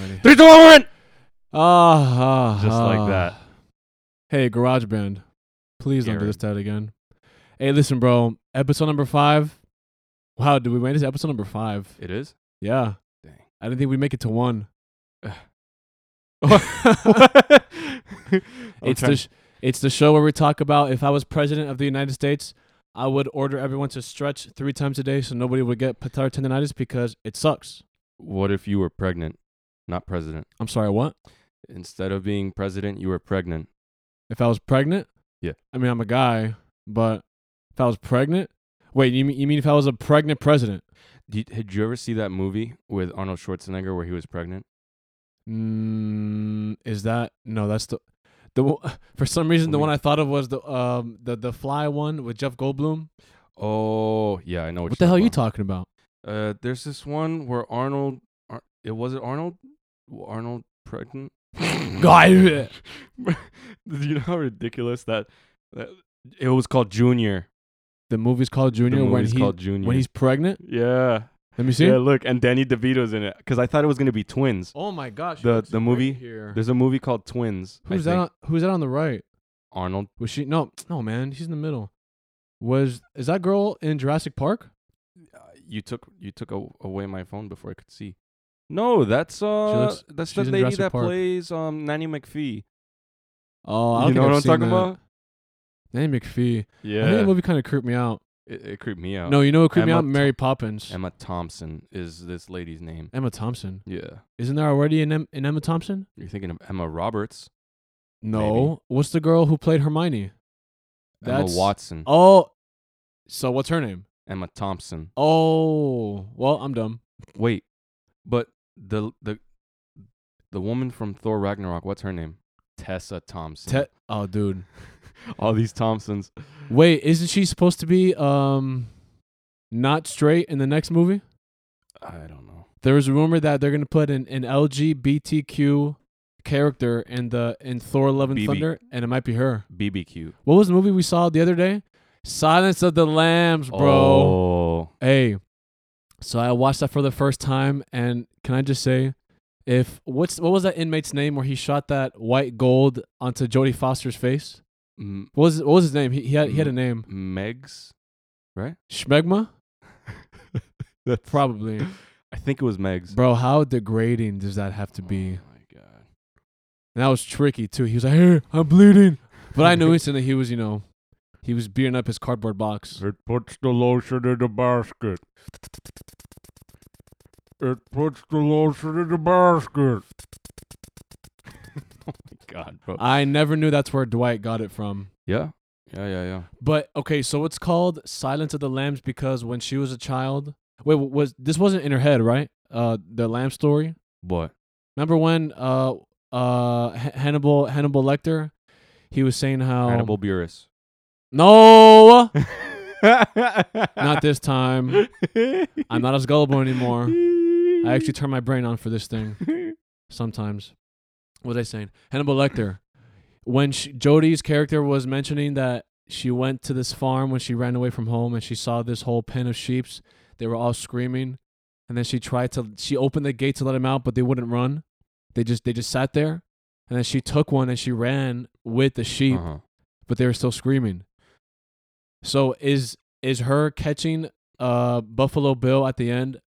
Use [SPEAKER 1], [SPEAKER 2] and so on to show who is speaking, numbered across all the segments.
[SPEAKER 1] Three, two, one, one.
[SPEAKER 2] Ah, ah,
[SPEAKER 1] Just
[SPEAKER 2] ah.
[SPEAKER 1] like that.
[SPEAKER 2] Hey, GarageBand, please don't do
[SPEAKER 1] Garrett.
[SPEAKER 2] this to it again. Hey, listen, bro. Episode number five. Wow, did we make this episode number five?
[SPEAKER 1] It is.
[SPEAKER 2] Yeah.
[SPEAKER 1] Dang.
[SPEAKER 2] I didn't think we'd make it to one.
[SPEAKER 1] I'm
[SPEAKER 2] it's
[SPEAKER 1] trying-
[SPEAKER 2] the sh- it's the show where we talk about if I was president of the United States, I would order everyone to stretch three times a day so nobody would get patellar tendonitis because it sucks.
[SPEAKER 1] what if you were pregnant, not president?
[SPEAKER 2] I'm sorry, what?
[SPEAKER 1] Instead of being president, you were pregnant.
[SPEAKER 2] If I was pregnant?
[SPEAKER 1] Yeah.
[SPEAKER 2] I mean, I'm a guy, but if I was pregnant, wait, you mean you mean if I was a pregnant president?
[SPEAKER 1] Did, did you ever see that movie with Arnold Schwarzenegger where he was pregnant?
[SPEAKER 2] Mm, is that no? That's the the one- for some reason the
[SPEAKER 1] Let me-
[SPEAKER 2] one I thought of was the um the the fly one with Jeff Goldblum.
[SPEAKER 1] Oh, yeah, I know
[SPEAKER 2] What,
[SPEAKER 1] what,
[SPEAKER 2] the hell are you talking
[SPEAKER 1] talking
[SPEAKER 2] about?
[SPEAKER 1] Uh, there's this one where Arnold, Ar- it was it Arnold, Arnold pregnant.
[SPEAKER 2] God.
[SPEAKER 1] Do you know how ridiculous that, that it was called Junior.
[SPEAKER 2] The movie's called Junior
[SPEAKER 1] the
[SPEAKER 2] when
[SPEAKER 1] movie's
[SPEAKER 2] he
[SPEAKER 1] called Junior.
[SPEAKER 2] when he's pregnant.
[SPEAKER 1] yeah,
[SPEAKER 2] Let me see.
[SPEAKER 1] yeah. Look, and Danny DeVito's in it because I thought it was gonna be twins.
[SPEAKER 2] Oh my gosh!
[SPEAKER 1] The-
[SPEAKER 2] it's
[SPEAKER 1] the
[SPEAKER 2] right
[SPEAKER 1] movie?
[SPEAKER 2] here.
[SPEAKER 1] There's a movie called Twins. I
[SPEAKER 2] Who's that?
[SPEAKER 1] think.
[SPEAKER 2] On, who's that on the right?
[SPEAKER 1] Arnold.
[SPEAKER 2] Was she? No, no, man. She's in the middle. Was is that girl in Jurassic Park?
[SPEAKER 1] Uh, you took you took a, away my phone before I could see. No, that's uh,
[SPEAKER 2] looks-
[SPEAKER 1] that's the
[SPEAKER 2] she's in
[SPEAKER 1] lady
[SPEAKER 2] Jurassic
[SPEAKER 1] that
[SPEAKER 2] Park.
[SPEAKER 1] plays um Nanny McPhee.
[SPEAKER 2] Oh, I don't
[SPEAKER 1] you know
[SPEAKER 2] think
[SPEAKER 1] what I'm
[SPEAKER 2] I've
[SPEAKER 1] talking
[SPEAKER 2] seen that.
[SPEAKER 1] about?
[SPEAKER 2] Nanny McPhee.
[SPEAKER 1] Yeah,
[SPEAKER 2] I think that movie kind of creeped me out.
[SPEAKER 1] it, it creeped me out.
[SPEAKER 2] No, you know what creeped me
[SPEAKER 1] Emma
[SPEAKER 2] out?
[SPEAKER 1] Tho-
[SPEAKER 2] Mary Poppins.
[SPEAKER 1] Emma Thompson is this lady's name.
[SPEAKER 2] Emma Thompson.
[SPEAKER 1] Yeah.
[SPEAKER 2] Isn't there already an, em- an Emma Thompson?
[SPEAKER 1] You're thinking of Emma Roberts,
[SPEAKER 2] No. What's the girl who played Hermione?
[SPEAKER 1] Emma Watson,
[SPEAKER 2] Oh. So what's her name?
[SPEAKER 1] Emma Thompson.
[SPEAKER 2] Oh. Well, I'm dumb.
[SPEAKER 1] Wait, but the the the woman from Thor Ragnarok, what's her name? Tessa Thompson.
[SPEAKER 2] Te- oh, dude.
[SPEAKER 1] All these Thompsons.
[SPEAKER 2] Wait, isn't she supposed to be um not straight in the next movie?
[SPEAKER 1] I don't know.
[SPEAKER 2] There was a rumor that they're gonna put an, an LGBTQ character in the in Thor Love and
[SPEAKER 1] BB.
[SPEAKER 2] Thunder, and it might be her.
[SPEAKER 1] BBQ,
[SPEAKER 2] What was the movie we saw the other day? Silence of the Lambs, bro.
[SPEAKER 1] Oh.
[SPEAKER 2] Hey, so I watched that for the first time, and can I just say, if what's what was that inmate's name where he shot that white gold onto Jodie Foster's face?
[SPEAKER 1] M-
[SPEAKER 2] What was what was his name? He he had he had a name.
[SPEAKER 1] Megs.
[SPEAKER 2] Schmegma,
[SPEAKER 1] That's
[SPEAKER 2] probably.
[SPEAKER 1] I think it was Megs.
[SPEAKER 2] Bro, how degrading does that have to be?
[SPEAKER 1] Oh my god.
[SPEAKER 2] And that was tricky too. He was like, "Hey, I'm bleeding," but I knew instantly he was, you know, he was beating up his cardboard box.
[SPEAKER 3] It puts the lotion in the basket. It puts the lotion in the basket.
[SPEAKER 1] Oh God, bro.
[SPEAKER 2] I never knew that's where Dwight got it from.
[SPEAKER 1] yeah. Yeah, yeah, yeah.
[SPEAKER 2] But okay, so it's called Silence of the Lambs because when she was a child, wait, w- was this wasn't in her head, right? Uh, the lamb story.
[SPEAKER 1] What?
[SPEAKER 2] Remember when uh uh H- Hannibal Hannibal Lecter, he was saying how
[SPEAKER 1] Hannibal Buress.
[SPEAKER 2] no, Um, not
[SPEAKER 1] not
[SPEAKER 2] this time. I'm not as gullible anymore. I actually turn my brain on for this thing sometimes. What was I saying? Hannibal Lecter. When she, Jody's character was mentioning that she went to this farm when she ran away from home and she saw this whole pen of sheeps, they were all screaming, and then she tried to she opened the gate to let them out, but they wouldn't run. They just they just sat there, and then she took one and she ran with the sheep,
[SPEAKER 1] Uh-huh.
[SPEAKER 2] but they were still screaming. So is is her catching uh Buffalo Bill at the end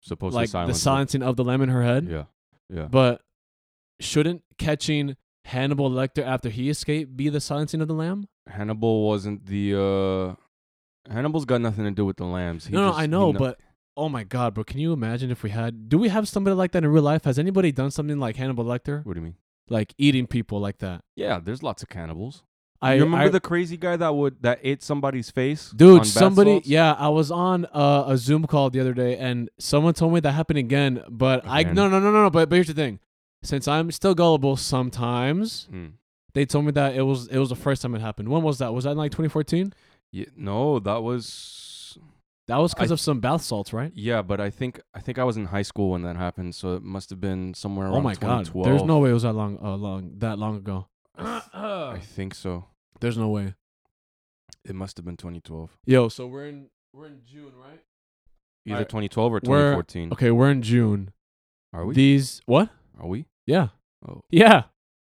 [SPEAKER 1] Supposed
[SPEAKER 2] like
[SPEAKER 1] to silence.
[SPEAKER 2] the
[SPEAKER 1] it.
[SPEAKER 2] silencing of the lamb in her head?
[SPEAKER 1] Yeah. Yeah.
[SPEAKER 2] But shouldn't catching Hannibal Lecter after he escaped be the silencing of the lamb?
[SPEAKER 1] Hannibal wasn't the uh Hannibal's got nothing to do with the lambs. He
[SPEAKER 2] no,
[SPEAKER 1] just-
[SPEAKER 2] no, I
[SPEAKER 1] he
[SPEAKER 2] know,
[SPEAKER 1] kno-
[SPEAKER 2] but oh my god, bro, can you imagine if we had? Do we have somebody like that in real life? Has anybody done something like Hannibal Lecter,
[SPEAKER 1] what do you mean?
[SPEAKER 2] like eating people like that?
[SPEAKER 1] Yeah, there's lots of cannibals.
[SPEAKER 2] I
[SPEAKER 1] you remember
[SPEAKER 2] I-
[SPEAKER 1] the crazy guy that would that ate somebody's face? on
[SPEAKER 2] dude,
[SPEAKER 1] bath
[SPEAKER 2] somebody,
[SPEAKER 1] salts?
[SPEAKER 2] yeah, I was on uh, a Zoom call the other day, and someone told me that happened again. But I
[SPEAKER 1] Again.
[SPEAKER 2] no, no, no, no, no. But, but here's the thing: since I'm still gullible, sometimes
[SPEAKER 1] Mm.
[SPEAKER 2] they told me that it was it was the first time it happened. When was that? Was that in like 2014?
[SPEAKER 1] yeah. No, that was
[SPEAKER 2] That was because
[SPEAKER 1] I-
[SPEAKER 2] of some bath salts, right?
[SPEAKER 1] Yeah, but I think I think I was in high school when that happened, so it must have been somewhere around
[SPEAKER 2] Oh my god!
[SPEAKER 1] 2012.
[SPEAKER 2] There's no way it was that long, uh, long that long ago.
[SPEAKER 1] I think so.
[SPEAKER 2] There's no way.
[SPEAKER 1] It must have been 2012.
[SPEAKER 2] Yo, so we're in we're in June, right?
[SPEAKER 1] Either
[SPEAKER 2] Alright.
[SPEAKER 1] 2012 or
[SPEAKER 2] We're-
[SPEAKER 1] 2014.
[SPEAKER 2] Okay, we're in June.
[SPEAKER 1] Are we?
[SPEAKER 2] These what?
[SPEAKER 1] Are we?
[SPEAKER 2] Yeah.
[SPEAKER 1] Oh.
[SPEAKER 2] Yeah.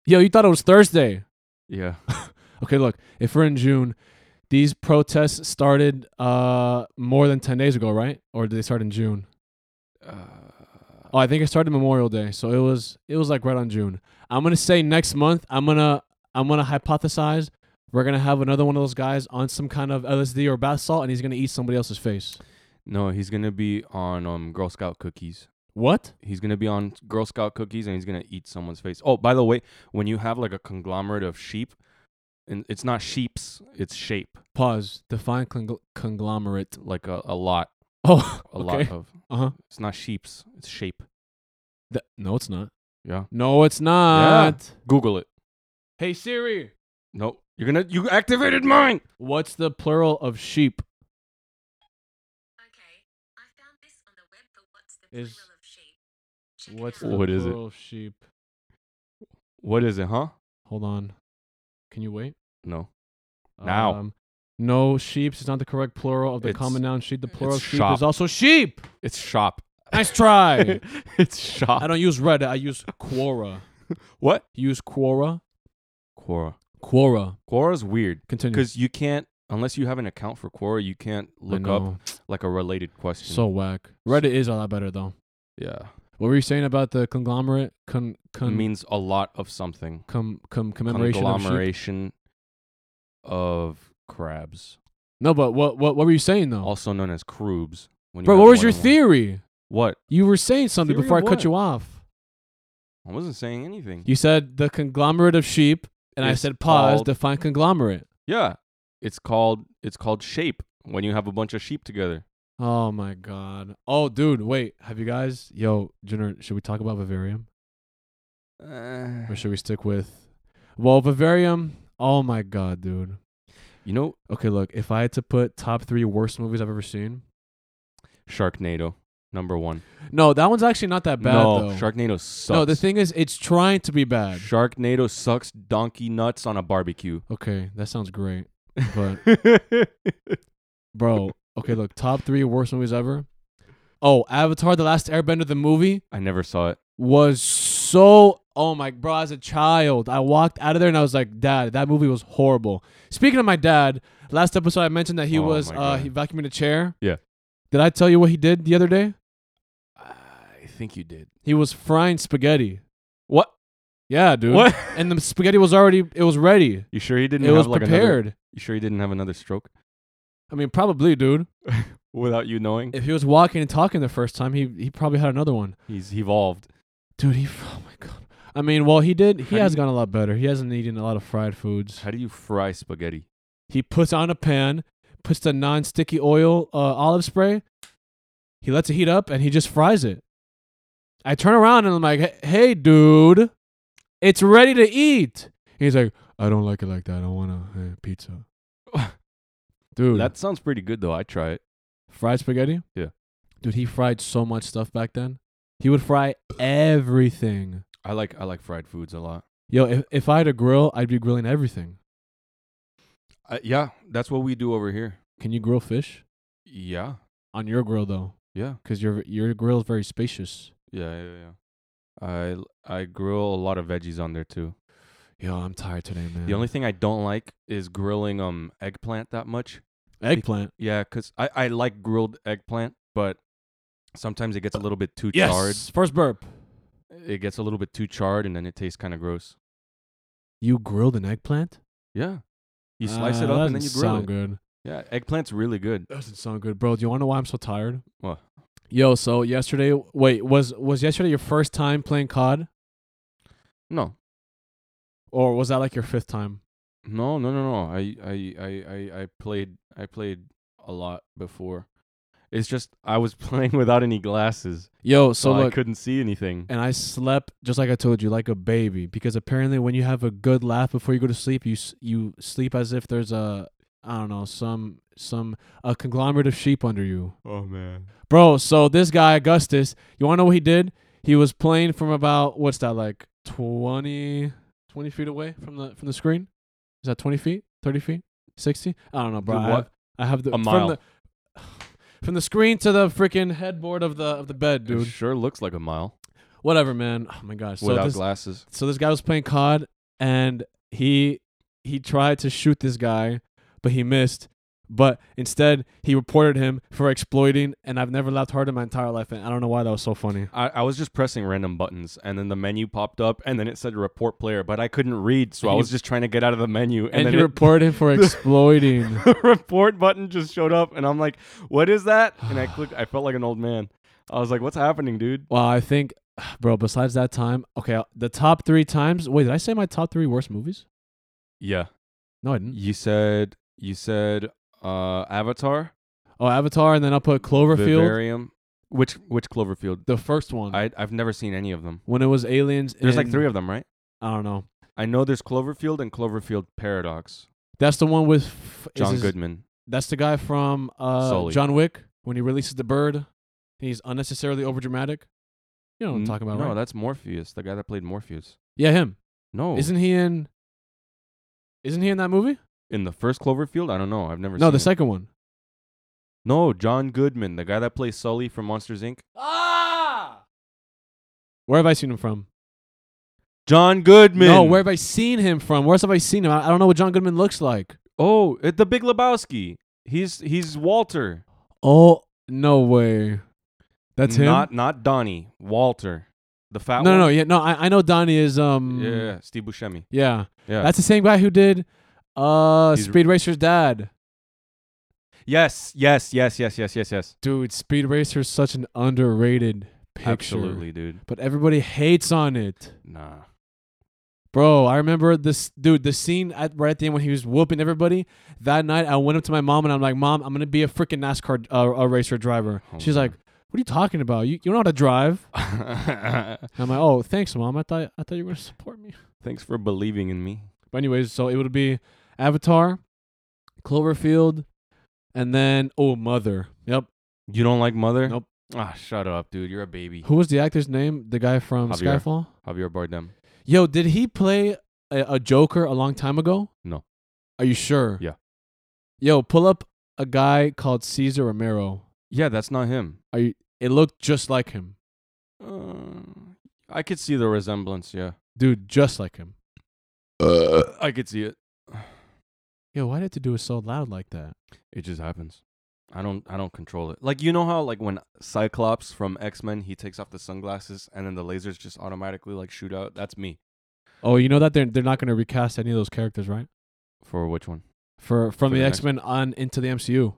[SPEAKER 2] Yo, you thought it was Thursday.
[SPEAKER 1] Yeah.
[SPEAKER 2] Okay, look, if we're in June, these protests started uh more than 10 days ago, right? Or did they start in June?
[SPEAKER 1] Uh,
[SPEAKER 2] Oh, I think it started Memorial Day. So it was it was like right on June. I'm going to say next month I'm going to I'm going to hypothesize we're going to have another one of those guys on some kind of LSD or bath salt and he's going to eat somebody else's face.
[SPEAKER 1] no, he's gonna be on um Girl Scout cookies.
[SPEAKER 2] What?
[SPEAKER 1] He's gonna be on Girl Scout cookies and he's gonna eat someone's face. Oh, by the way, when you have like a conglomerate of sheep, and it's not sheeps, it's shape,
[SPEAKER 2] Pause. Define congl- conglomerate.
[SPEAKER 1] like a, a lot,
[SPEAKER 2] Oh,
[SPEAKER 1] a
[SPEAKER 2] okay.
[SPEAKER 1] lot of.
[SPEAKER 2] Uh-huh.
[SPEAKER 1] It's not sheeps, it's shape.
[SPEAKER 2] Th- no, it's not.
[SPEAKER 1] Yeah.
[SPEAKER 2] No, it's not.
[SPEAKER 1] Google it.
[SPEAKER 2] Hey Siri,
[SPEAKER 1] Nope. You're gonna you activated mine.
[SPEAKER 2] what's the plural of sheep?
[SPEAKER 4] Okay, I found this on the web for what's the
[SPEAKER 2] Is-
[SPEAKER 4] plural of sheep. Check it
[SPEAKER 2] What's
[SPEAKER 4] out.
[SPEAKER 2] the
[SPEAKER 1] What is it?
[SPEAKER 2] plural of sheep?
[SPEAKER 1] What is it, huh?
[SPEAKER 2] Hold on. Can you wait?
[SPEAKER 1] No. Now.
[SPEAKER 2] Um, no, sheeps is not the correct plural of the
[SPEAKER 1] It's-
[SPEAKER 2] common noun sheep. The plural of
[SPEAKER 1] it's
[SPEAKER 2] sheep
[SPEAKER 1] shop.
[SPEAKER 2] is also sheep.
[SPEAKER 1] It's shop.
[SPEAKER 2] Nice try.
[SPEAKER 1] it's shop.
[SPEAKER 2] I don't use Reddit. I use Quora.
[SPEAKER 1] what?
[SPEAKER 2] You use Quora?
[SPEAKER 1] Quora.
[SPEAKER 2] Quora.
[SPEAKER 1] Quora's weird
[SPEAKER 2] Continue.
[SPEAKER 1] because you can't unless you have an account for Quora, you can't
[SPEAKER 2] I
[SPEAKER 1] look up
[SPEAKER 2] know.
[SPEAKER 1] like a related question.
[SPEAKER 2] So whack. Reddit is a lot better though.
[SPEAKER 1] yeah,
[SPEAKER 2] What were you saying about the conglomerate? Con,
[SPEAKER 1] it
[SPEAKER 2] con,
[SPEAKER 1] means a lot of something.
[SPEAKER 2] com, com, commemoration of sheep?
[SPEAKER 1] Conglomeration of, crabs,
[SPEAKER 2] No, but what, what, what were you saying though?
[SPEAKER 1] also known as croobs. When you
[SPEAKER 2] Oh. Bro,
[SPEAKER 1] have
[SPEAKER 2] what was
[SPEAKER 1] more
[SPEAKER 2] your
[SPEAKER 1] than one.
[SPEAKER 2] theory?
[SPEAKER 1] What?
[SPEAKER 2] You were saying something
[SPEAKER 1] Theory
[SPEAKER 2] before I
[SPEAKER 1] of
[SPEAKER 2] cut
[SPEAKER 1] what?
[SPEAKER 2] you off.
[SPEAKER 1] I wasn't saying anything.
[SPEAKER 2] You said the conglomerate of sheep, and I
[SPEAKER 1] It's
[SPEAKER 2] said pause,
[SPEAKER 1] called-
[SPEAKER 2] define conglomerate.
[SPEAKER 1] yeah, it's called it's called shape when you have a bunch of sheep together.
[SPEAKER 2] Oh my god. Oh dude, wait. Have you guys yo, Jenner, should we talk about Vivarium?
[SPEAKER 1] Uh,
[SPEAKER 2] Or should we stick with Well Vivarium? Oh my god, dude.
[SPEAKER 1] you know,
[SPEAKER 2] Okay, look, if I had to put top three worst movies I've ever seen.
[SPEAKER 1] Sharknado number one.
[SPEAKER 2] No, that one's actually not that bad
[SPEAKER 1] no,
[SPEAKER 2] though.
[SPEAKER 1] Sharknado sucks.
[SPEAKER 2] no, the thing is it's trying to be bad.
[SPEAKER 1] Sharknado sucks donkey nuts on a barbecue.
[SPEAKER 2] Okay, that sounds great. But bro, okay, look, top three worst movies ever. Oh, Avatar, the last airbender, the movie.
[SPEAKER 1] I never saw it.
[SPEAKER 2] was so oh my bro as a child i walked out of there and i was like dad that movie was horrible speaking of my dad last episode i mentioned that he
[SPEAKER 1] Oh
[SPEAKER 2] was
[SPEAKER 1] my
[SPEAKER 2] uh
[SPEAKER 1] God.
[SPEAKER 2] he vacuumed a chair
[SPEAKER 1] Yeah.
[SPEAKER 2] did i tell you what he did the other day
[SPEAKER 1] I think you did.
[SPEAKER 2] he was frying spaghetti
[SPEAKER 1] What?
[SPEAKER 2] yeah dude
[SPEAKER 1] What?
[SPEAKER 2] and the spaghetti was already it was ready
[SPEAKER 1] You sure he didn't
[SPEAKER 2] it
[SPEAKER 1] have
[SPEAKER 2] was
[SPEAKER 1] like another
[SPEAKER 2] prepared
[SPEAKER 1] You sure he didn't have another stroke
[SPEAKER 2] i mean probably dude
[SPEAKER 1] without you knowing?
[SPEAKER 2] if he was walking and talking the first time he he probably had another one
[SPEAKER 1] He's evolved.
[SPEAKER 2] dude he oh my god i mean well he did
[SPEAKER 1] How do
[SPEAKER 2] he has
[SPEAKER 1] you-
[SPEAKER 2] gotten a lot better he hasn't eaten a lot of fried foods
[SPEAKER 1] How do you fry spaghetti?
[SPEAKER 2] He puts on a pan, puts the non-sticky oil uh, olive spray. He lets it heat up, and he just fries it. I turn around and I'm like, "Hey- "Hey, dude, it's ready to eat." He's like, "I don't like it like that. I want a uh, pizza." dude,
[SPEAKER 1] That sounds pretty good though. I try it.
[SPEAKER 2] fried spaghetti.
[SPEAKER 1] Yeah.
[SPEAKER 2] dude, he fried so much stuff back then. He would fry everything.
[SPEAKER 1] I like I like fried foods a lot.
[SPEAKER 2] Yo, if, if I had a grill, I'd be grilling everything.
[SPEAKER 1] Uh, yeah, that's what we do over here.
[SPEAKER 2] Can you grill fish
[SPEAKER 1] Yeah.
[SPEAKER 2] on your grill though?
[SPEAKER 1] Yeah.
[SPEAKER 2] Because your your grill is very spacious.
[SPEAKER 1] Yeah, yeah, yeah. I l- I grill a lot of veggies on there too.
[SPEAKER 2] Yo, I'm tired today, man.
[SPEAKER 1] The only thing I don't like is grilling um eggplant that much.
[SPEAKER 2] eggplant.
[SPEAKER 1] Yeah, cuz I I like grilled eggplant, but sometimes it gets a little bit too charred.
[SPEAKER 2] First burp.
[SPEAKER 1] It gets a little bit too charred and then it tastes kind of gross.
[SPEAKER 2] You grilled an eggplant?
[SPEAKER 1] Yeah. You slice it
[SPEAKER 2] Ah,
[SPEAKER 1] up
[SPEAKER 2] that
[SPEAKER 1] and then you
[SPEAKER 2] doesn't
[SPEAKER 1] grill
[SPEAKER 2] sound
[SPEAKER 1] it.
[SPEAKER 2] good.
[SPEAKER 1] Yeah, eggplant's really good.
[SPEAKER 2] That doesn't sound good, bro. Do you want to know why I'm so tired?
[SPEAKER 1] What?
[SPEAKER 2] Yo, so yesterday, wait, was was yesterday your first time playing COD,
[SPEAKER 1] No.
[SPEAKER 2] or was that like your fifth time?
[SPEAKER 1] No, no, no, no. I I I I, I played I played a lot before. It's just I was playing without any glasses,
[SPEAKER 2] Yo, so
[SPEAKER 1] so Oh, I
[SPEAKER 2] look,
[SPEAKER 1] couldn't see anything.
[SPEAKER 2] and I slept just like I told you, like a baby, because apparently when you have a good laugh before you go to sleep, you s- you sleep as if there's a I don't know some some a conglomerate of sheep under you.
[SPEAKER 1] Oh man.
[SPEAKER 2] Bro, so this guy, Augustus, you want to know what he did? He was playing from about, what's that, like 20, 20 feet away from the from the screen? Is that 20 feet? 30 feet? 60? I don't know, bro.
[SPEAKER 1] The
[SPEAKER 2] I
[SPEAKER 1] what?
[SPEAKER 2] have- I have the.
[SPEAKER 1] A
[SPEAKER 2] from
[SPEAKER 1] mile.
[SPEAKER 2] The, from the screen to the freaking headboard of the of the bed, dude.
[SPEAKER 1] It sure looks like a mile.
[SPEAKER 2] Whatever, man. Oh my gosh. So
[SPEAKER 1] without
[SPEAKER 2] this,
[SPEAKER 1] glasses.
[SPEAKER 2] so this guy was playing COD and he he tried to shoot this guy, but he missed. But instead, he reported him for exploiting, and I've never laughed harder in my entire life, and I don't know why that was so funny.
[SPEAKER 1] I, I was just pressing random buttons, and then the menu popped up, and then it said report player, but I couldn't read, so I
[SPEAKER 2] And he-
[SPEAKER 1] was just trying to get out of the menu,
[SPEAKER 2] And,
[SPEAKER 1] and,
[SPEAKER 2] he
[SPEAKER 1] then it,
[SPEAKER 2] reported him for exploiting.
[SPEAKER 1] the report button just showed up, and I'm like, "What is that?" And I clicked. I felt like an old man. I was like, "What's happening, dude?"
[SPEAKER 2] well, I think, bro. Besides that time, okay, uh, the top three times. Wait, did I say my top three worst movies?
[SPEAKER 1] Yeah,
[SPEAKER 2] No, I didn't.
[SPEAKER 1] you said you said uh, Avatar,
[SPEAKER 2] Oh, Avatar, and then I'll put Cloverfield,
[SPEAKER 1] Vivarium, which which Cloverfield?
[SPEAKER 2] the first one,
[SPEAKER 1] I I've never seen any of them.
[SPEAKER 2] when it was aliens.
[SPEAKER 1] There's like
[SPEAKER 2] and-
[SPEAKER 1] three of them, right?
[SPEAKER 2] I don't know.
[SPEAKER 1] I know there's Cloverfield and Cloverfield Paradox.
[SPEAKER 2] That's the one with f- is
[SPEAKER 1] John
[SPEAKER 2] his-
[SPEAKER 1] Goodman.
[SPEAKER 2] That's the guy from uh,
[SPEAKER 1] Sully.
[SPEAKER 2] John Wick when he releases the bird. He's unnecessarily overdramatic. You know what I'm
[SPEAKER 1] N-
[SPEAKER 2] talking about,
[SPEAKER 1] Mm, No,
[SPEAKER 2] right?
[SPEAKER 1] that's Morpheus, the guy that played Morpheus.
[SPEAKER 2] yeah, him.
[SPEAKER 1] No,
[SPEAKER 2] Isn't he in? Isn't he in that movie?
[SPEAKER 1] in the first Cloverfield? I don't know. I've never.
[SPEAKER 2] No,
[SPEAKER 1] seen
[SPEAKER 2] the
[SPEAKER 1] it.
[SPEAKER 2] second one.
[SPEAKER 1] No, John Goodman, the guy that plays Sully from Monsters Inc.
[SPEAKER 2] Ah! Where have I seen him from?
[SPEAKER 1] John Goodman.
[SPEAKER 2] No, where have I seen him from? Where else have I seen him? I, I don't know what John Goodman looks like.
[SPEAKER 1] Oh, it, the Big Lebowski. He's he's Walter.
[SPEAKER 2] Oh no way, that's him.
[SPEAKER 1] Not not Donnie. Walter, the fat
[SPEAKER 2] no, no,
[SPEAKER 1] one.
[SPEAKER 2] no, yeah, no. I, I know Donnie is um.
[SPEAKER 1] Yeah, Steve Buscemi.
[SPEAKER 2] yeah.
[SPEAKER 1] Mm. Yeah.
[SPEAKER 2] That's the same guy who did uh
[SPEAKER 1] He's-
[SPEAKER 2] Speed Racer's dad.
[SPEAKER 1] yes, yes, yes, yes, yes, yes, yes.
[SPEAKER 2] Dude, Speed Racer's such an underrated picture.
[SPEAKER 1] Absolutely, dude.
[SPEAKER 2] But everybody hates on it.
[SPEAKER 1] Nah.
[SPEAKER 2] Bro, I remember this dude, the scene at right at the end when he was whooping everybody. That night I went up to my mom and I'm like, "Mom, I'm going to be a freaking NASCAR uh, a racer driver."
[SPEAKER 1] Oh,
[SPEAKER 2] She's
[SPEAKER 1] no.
[SPEAKER 2] like, "What are you talking about? You, you don't know how to drive?" And I'm like, "Oh, thanks, mom. I thought I thought you were going to support me."
[SPEAKER 1] Thanks for believing in me.
[SPEAKER 2] But anyways, so it would be Avatar, Cloverfield, and then oh, Mother. Yep.
[SPEAKER 1] You don't like Mother?
[SPEAKER 2] Nope.
[SPEAKER 1] Ah, shut up, dude. You're a baby.
[SPEAKER 2] Who was the actor's name? The guy from
[SPEAKER 1] Javier.
[SPEAKER 2] Skyfall?
[SPEAKER 1] Javier Bardem.
[SPEAKER 2] Yo, did he play a, a Joker a long time ago?
[SPEAKER 1] No.
[SPEAKER 2] Are you sure?
[SPEAKER 1] Yeah.
[SPEAKER 2] Yo, pull up a guy called Caesar Romero.
[SPEAKER 1] Yeah, that's not him.
[SPEAKER 2] Are you, it looked just like him.
[SPEAKER 1] Uh, I could see the resemblance. Yeah,
[SPEAKER 2] Dude, just like him.
[SPEAKER 1] I could see it.
[SPEAKER 2] Yo, why did it do it so loud like that?
[SPEAKER 1] It just happens. I don't. I don't control it. Like you know how like when Cyclops from X Men he takes off the sunglasses and then the lasers just automatically like shoot out. That's me.
[SPEAKER 2] Oh, you know that they're they're not gonna recast any of those characters, right?
[SPEAKER 1] For which one?
[SPEAKER 2] For from
[SPEAKER 1] For
[SPEAKER 2] the
[SPEAKER 1] the
[SPEAKER 2] X Men on into the MCU.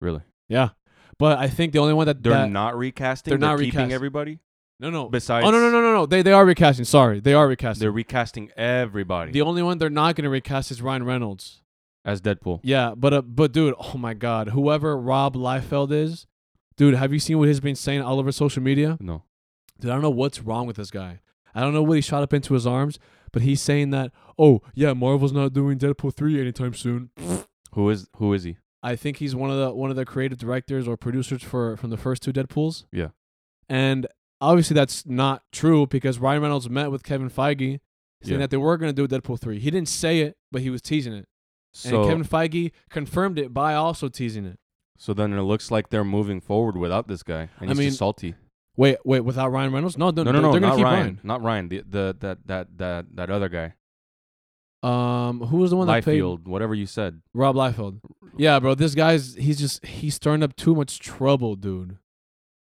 [SPEAKER 1] Really?
[SPEAKER 2] Yeah. But I think the only one that
[SPEAKER 1] They're
[SPEAKER 2] that-
[SPEAKER 1] not recasting.
[SPEAKER 2] they're
[SPEAKER 1] They're,
[SPEAKER 2] not
[SPEAKER 1] keeping
[SPEAKER 2] recast-
[SPEAKER 1] everybody.
[SPEAKER 2] no no.
[SPEAKER 1] Besides,
[SPEAKER 2] Oh no no no no no. They they are recasting. Sorry. They are recasting.
[SPEAKER 1] They're recasting everybody
[SPEAKER 2] The only one they're not going to recast is Ryan Reynolds.
[SPEAKER 1] as Deadpool.
[SPEAKER 2] Yeah, but uh, but dude, oh my god, whoever Rob Liefeld is, dude, have you seen what he's been saying all over social media?
[SPEAKER 1] No.
[SPEAKER 2] Dude, I don't know what's wrong with this guy. I don't know what he shot up into his arms, but he's saying that, oh yeah, Marvel's not doing Deadpool three anytime soon.
[SPEAKER 1] Who is who is he?
[SPEAKER 2] I think he's one of the one of the creative directors or producers for from the first two Deadpool's.
[SPEAKER 1] Yeah.
[SPEAKER 2] and obviously that's not true because Ryan Reynolds met with Kevin Feige saying
[SPEAKER 1] Yeah.
[SPEAKER 2] that they were going to do Deadpool three. He didn't say it, but he was teasing it.
[SPEAKER 1] So
[SPEAKER 2] and Kevin Feige confirmed it by also teasing it.
[SPEAKER 1] so then it looks like they're moving forward without this guy, and
[SPEAKER 2] I
[SPEAKER 1] he's
[SPEAKER 2] mean,
[SPEAKER 1] just salty.
[SPEAKER 2] Wait, wait, without Ryan Reynolds? No, no,
[SPEAKER 1] no, no, no,
[SPEAKER 2] they're gonna
[SPEAKER 1] not
[SPEAKER 2] keep
[SPEAKER 1] Ryan, not Ryan. The, the that that that that other guy,
[SPEAKER 2] Um, who was the one that played
[SPEAKER 1] Liefeld, whatever you said.
[SPEAKER 2] Rob Liefeld? Yeah, bro, this guy's he's just he's stirring up too much trouble, dude.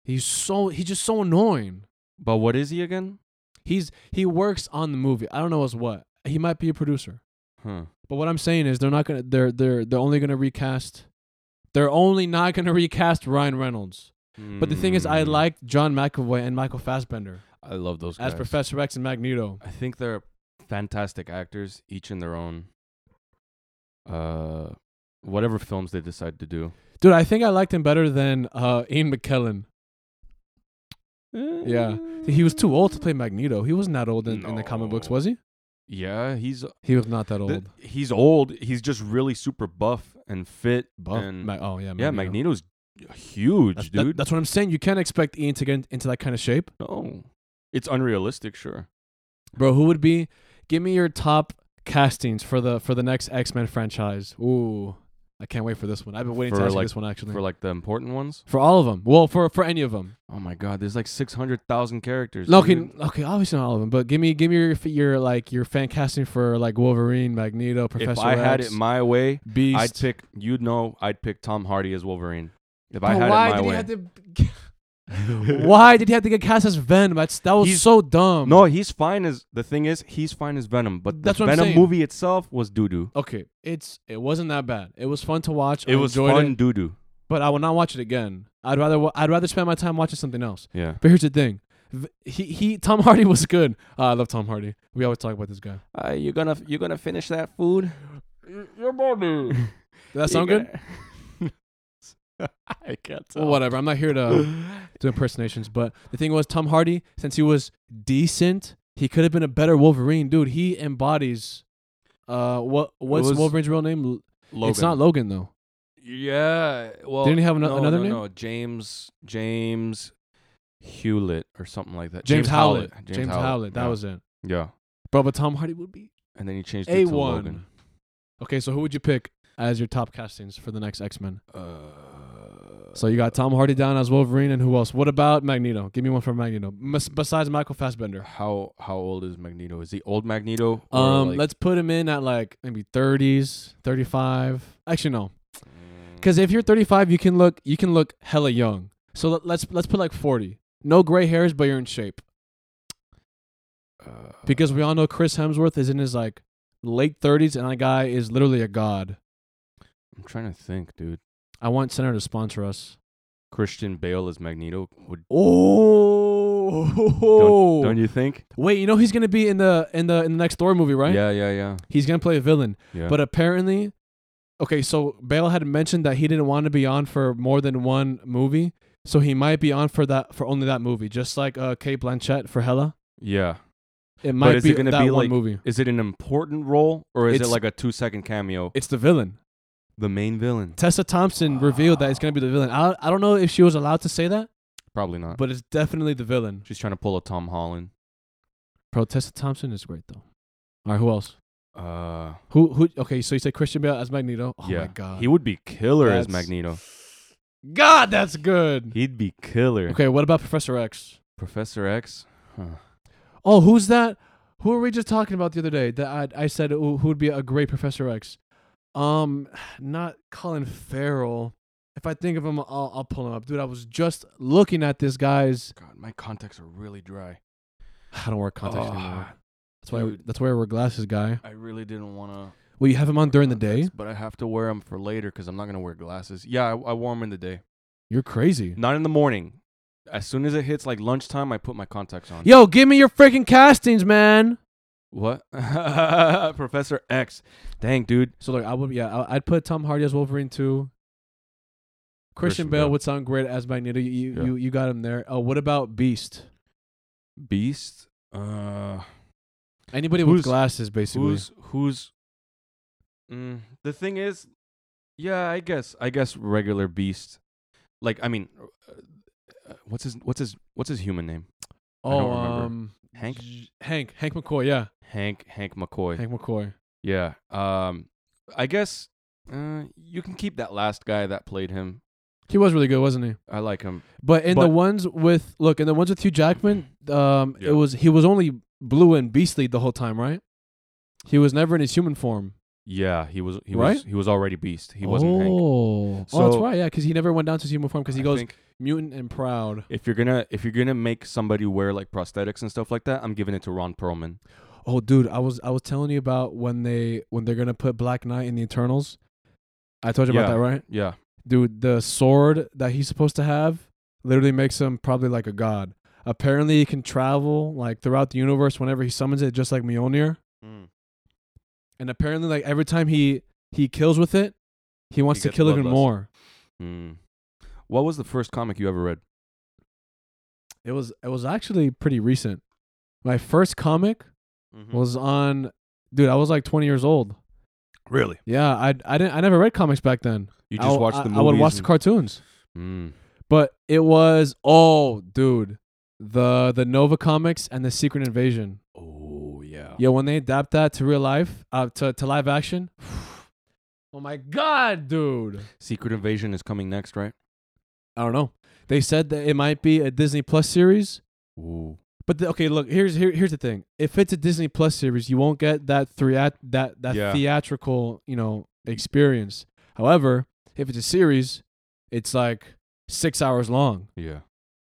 [SPEAKER 2] He's so he's just so annoying.
[SPEAKER 1] But what is he again?
[SPEAKER 2] He's he works on the movie. I don't know as what. He might be a producer,
[SPEAKER 1] Huh.
[SPEAKER 2] but what I'm saying is they're not gonna they're they're they're only gonna recast. They're only not gonna recast Ryan Reynolds. But the thing is, I
[SPEAKER 1] Mm.
[SPEAKER 2] liked John McAvoy and Michael Fassbender
[SPEAKER 1] I love those guys.
[SPEAKER 2] as Professor X and Magneto.
[SPEAKER 1] I think they're fantastic actors, each in their own. Uh, whatever films they decide to do.
[SPEAKER 2] Dude, I think I liked him better than uh, Ian McKellen. Yeah. Eh. He was too old to play Magneto. He wasn't that old in, in the comic books,
[SPEAKER 1] No.
[SPEAKER 2] was he?
[SPEAKER 1] Yeah, he's
[SPEAKER 2] He was not that old.
[SPEAKER 1] th- he's old. He's just really super buff and fit.
[SPEAKER 2] Buff.
[SPEAKER 1] and-
[SPEAKER 2] Ma- oh, yeah. Magneto.
[SPEAKER 1] yeah, Magneto's huge,
[SPEAKER 2] That's, that-
[SPEAKER 1] dude.
[SPEAKER 2] that's what I'm saying. You can't expect Ian to get in- into that kind of shape.
[SPEAKER 1] no, it's unrealistic. Sure.
[SPEAKER 2] Bro, who would be? Give me your top castings for the for the next X Men franchise. Ooh, I can't wait for this one. I've been waiting
[SPEAKER 1] For,
[SPEAKER 2] to ask you
[SPEAKER 1] like-
[SPEAKER 2] this one actually.
[SPEAKER 1] for
[SPEAKER 2] For,
[SPEAKER 1] like the important ones.
[SPEAKER 2] all of them. Well, for for any of them.
[SPEAKER 1] Oh my god, there's like six hundred thousand characters.
[SPEAKER 2] No, okay,
[SPEAKER 1] dude.
[SPEAKER 2] okay, obviously not all of them, but give me give me your your like your fan casting for like Wolverine, Magneto, Professor
[SPEAKER 1] if I had
[SPEAKER 2] X,
[SPEAKER 1] it my way,
[SPEAKER 2] Beast.
[SPEAKER 1] I'd pick. You know, I'd pick Tom Hardy as Wolverine. If I
[SPEAKER 2] But
[SPEAKER 1] had
[SPEAKER 2] why
[SPEAKER 1] it my
[SPEAKER 2] did
[SPEAKER 1] way.
[SPEAKER 2] he have to? why did he have to get cast as Venom? That's, that was
[SPEAKER 1] He's-
[SPEAKER 2] so dumb.
[SPEAKER 1] no, he's fine as the thing is he's fine as Venom, but
[SPEAKER 2] That's
[SPEAKER 1] the
[SPEAKER 2] what I'm
[SPEAKER 1] Venom
[SPEAKER 2] saying.
[SPEAKER 1] movie itself was doo doo.
[SPEAKER 2] Okay, it's it wasn't that bad. It was fun to watch. I
[SPEAKER 1] It was
[SPEAKER 2] enjoyed
[SPEAKER 1] fun
[SPEAKER 2] it,
[SPEAKER 1] doo doo.
[SPEAKER 2] but I will not watch it again. I'd rather wa- I'd rather spend my time watching something else.
[SPEAKER 1] Yeah,
[SPEAKER 2] But here's the thing. V- He he Tom Hardy was good. Uh, I love Tom Hardy. We always talk about this guy.
[SPEAKER 1] uh, you're gonna you're gonna finish that food.
[SPEAKER 3] Your body.
[SPEAKER 2] Did that sound good?
[SPEAKER 1] I can't
[SPEAKER 2] Well, whatever. I'm not here to
[SPEAKER 1] um,
[SPEAKER 2] do impersonations, but the thing was Tom Hardy since he was decent, he could have been a better Wolverine, dude. He embodies uh what what's
[SPEAKER 1] was
[SPEAKER 2] Wolverine's real name? L- It's not Logan though.
[SPEAKER 1] Yeah. Well,
[SPEAKER 2] Didn't he have ano-
[SPEAKER 1] no,
[SPEAKER 2] another
[SPEAKER 1] no,
[SPEAKER 2] name?
[SPEAKER 1] No, James James Hewlett or something like that.
[SPEAKER 2] James, Howlett. James, Howlett. That
[SPEAKER 1] yeah.
[SPEAKER 2] was it.
[SPEAKER 1] yeah.
[SPEAKER 2] Bro, but Tom Hardy would be
[SPEAKER 1] And then he changed it
[SPEAKER 2] A
[SPEAKER 1] to
[SPEAKER 2] one.
[SPEAKER 1] Logan.
[SPEAKER 2] Okay, so who would you pick as your top castings for the next X Men?
[SPEAKER 1] Uh,
[SPEAKER 2] So you got Tom Hardy down as Wolverine, and who else? What about Magneto? Give me one for Magneto. Mes- besides Michael Fassbender,
[SPEAKER 1] how how old is Magneto? Is he old Magneto? or,
[SPEAKER 2] um,
[SPEAKER 1] like-
[SPEAKER 2] let's put him in at like maybe thirties, thirty-five. Actually, no,
[SPEAKER 1] Mm.
[SPEAKER 2] because if you're thirty-five, you can look you can look hella young. So let, let's let's put like forty. No gray hairs, but you're in shape
[SPEAKER 1] Uh,
[SPEAKER 2] because we all know Chris Hemsworth is in his like late thirties, and that guy is literally a god.
[SPEAKER 1] I'm trying to think, dude.
[SPEAKER 2] I want Center to sponsor us.
[SPEAKER 1] Christian Bale as Magneto would.
[SPEAKER 2] Oh,
[SPEAKER 1] Don't, don't you think?
[SPEAKER 2] Wait, you know he's gonna be in the in the in the next Thor movie, right?
[SPEAKER 1] Yeah, yeah, yeah.
[SPEAKER 2] He's gonna play a villain.
[SPEAKER 1] Yeah.
[SPEAKER 2] But apparently, okay, so Bale had mentioned that he didn't want to be on for more than one movie, so he might be on for that for only that movie, just like uh, Kate Blanchett for Hella.
[SPEAKER 1] yeah.
[SPEAKER 2] It might
[SPEAKER 1] is
[SPEAKER 2] be
[SPEAKER 1] it gonna
[SPEAKER 2] that
[SPEAKER 1] be
[SPEAKER 2] one
[SPEAKER 1] like-
[SPEAKER 2] movie.
[SPEAKER 1] Is it an important role or is it
[SPEAKER 2] It's-
[SPEAKER 1] like a two second cameo?
[SPEAKER 2] It's the villain.
[SPEAKER 1] The main villain.
[SPEAKER 2] Tessa Thompson revealed that it's gonna be the villain. I I don't know if she was allowed to say that,
[SPEAKER 1] Probably not.
[SPEAKER 2] but it's definitely the villain.
[SPEAKER 1] She's trying to pull a Tom Holland.
[SPEAKER 2] Bro, Tessa Thompson is great though. All right, who else?
[SPEAKER 1] Uh,
[SPEAKER 2] Who who? Okay, so you said Christian Bale as Magneto. Oh
[SPEAKER 1] yeah.
[SPEAKER 2] my god.
[SPEAKER 1] He would be killer as
[SPEAKER 2] That's-
[SPEAKER 1] Magneto.
[SPEAKER 2] God, that's good.
[SPEAKER 1] He'd be killer.
[SPEAKER 2] Okay, what about Professor X?
[SPEAKER 1] Professor X.
[SPEAKER 2] Oh, who's that? Who were we just talking about the other day? That I, I said who who would be a great Professor X? Um, not Colin Farrell. If I think of him, I'll, I'll pull him up, dude. I was just looking at this guy's.
[SPEAKER 1] God, my contacts are really dry.
[SPEAKER 2] I don't wear contacts
[SPEAKER 1] Ah,
[SPEAKER 2] anymore. That's why.
[SPEAKER 1] dude.
[SPEAKER 2] that's why I wear glasses, guy.
[SPEAKER 1] I really didn't want to.
[SPEAKER 2] Well, you have him on during the day.
[SPEAKER 1] But I have to wear them for later because I'm not going to wear glasses. Yeah, I, I wear them in the day.
[SPEAKER 2] You're crazy.
[SPEAKER 1] Not in the morning. As soon as it hits like lunchtime, I put my contacts on.
[SPEAKER 2] Yo, give me your freaking castings, man.
[SPEAKER 1] What? Professor X. Dang, dude.
[SPEAKER 2] So like I would yeah I, I'd put Tom Hardy as Wolverine too. Christian,
[SPEAKER 1] Christian
[SPEAKER 2] Bale,
[SPEAKER 1] Bale.
[SPEAKER 2] would sound great as Magneto. You you,
[SPEAKER 1] Yeah.
[SPEAKER 2] you you got him there. Oh, what about Beast?
[SPEAKER 1] Beast. Uh,
[SPEAKER 2] Anybody with
[SPEAKER 1] Who's-
[SPEAKER 2] glasses, basically.
[SPEAKER 1] who's who's? Mm, the thing is, yeah, I guess I guess regular Beast. Like, I mean, uh, uh, what's his what's his what's his human name?
[SPEAKER 2] oh,
[SPEAKER 1] don't remember.
[SPEAKER 2] um,
[SPEAKER 1] Hank?
[SPEAKER 2] J- Hank, Hank McCoy. Yeah,
[SPEAKER 1] Hank Hank McCoy.
[SPEAKER 2] Hank McCoy.
[SPEAKER 1] Yeah. Um, I guess uh, you can keep that last guy that played him.
[SPEAKER 2] He was really good, wasn't he?
[SPEAKER 1] I like him.
[SPEAKER 2] But in the
[SPEAKER 1] But-
[SPEAKER 2] ones with look, in the ones with Hugh Jackman, um,
[SPEAKER 1] Yeah.
[SPEAKER 2] it was he was only blue and beastly the whole time, right? He was never in his human form.
[SPEAKER 1] Yeah, he was. He
[SPEAKER 2] Right?
[SPEAKER 1] was. He was already Beast. He wasn't Hank.
[SPEAKER 2] oh. oh, that's
[SPEAKER 1] So-
[SPEAKER 2] right. Yeah, because he never went down to his human form because he
[SPEAKER 1] I
[SPEAKER 2] goes
[SPEAKER 1] think
[SPEAKER 2] mutant and proud.
[SPEAKER 1] if you're gonna if you're gonna make somebody wear like prosthetics and stuff like that, I'm giving it to Ron Perlman.
[SPEAKER 2] Oh, dude, I was I was telling you about when they when they're gonna put Black Knight in the Eternals. I told you about
[SPEAKER 1] Yeah.
[SPEAKER 2] that, right?
[SPEAKER 1] Yeah.
[SPEAKER 2] Dude, the sword that he's supposed to have literally makes him probably like a god. Apparently, he can travel like throughout the universe whenever he summons it, just like Mjolnir.
[SPEAKER 1] Hmm.
[SPEAKER 2] And apparently, like every time he he kills with it, he wants
[SPEAKER 1] He
[SPEAKER 2] to
[SPEAKER 1] gets
[SPEAKER 2] kill even
[SPEAKER 1] bloodlust.
[SPEAKER 2] more.
[SPEAKER 1] Mm. What was the first comic you ever read?
[SPEAKER 2] It was it was actually pretty recent. My first comic
[SPEAKER 1] Mm-hmm. Hmm.
[SPEAKER 2] was on, dude. I was like 20 years old.
[SPEAKER 1] really
[SPEAKER 2] Yeah, I I didn't I never read comics back then.
[SPEAKER 1] you
[SPEAKER 2] I,
[SPEAKER 1] just watched
[SPEAKER 2] I,
[SPEAKER 1] the movies.
[SPEAKER 2] I would watch the
[SPEAKER 1] and-
[SPEAKER 2] cartoons,
[SPEAKER 1] Mm.
[SPEAKER 2] but it was oh, dude, the the Nova comics and the Secret Invasion.
[SPEAKER 1] Oh yeah.
[SPEAKER 2] Yo, when they adapt that to real life, uh, to to live action, Oh my god, dude.
[SPEAKER 1] Secret Invasion is coming next, right?
[SPEAKER 2] I don't know. They said that it might be a Disney Plus series,
[SPEAKER 1] Ooh.
[SPEAKER 2] but the, okay, look here's here, here's the thing. If it's a Disney Plus series, you won't get that threat that that
[SPEAKER 1] Yeah.
[SPEAKER 2] theatrical you know experience. However, if it's a series, it's like six hours long,
[SPEAKER 1] Yeah.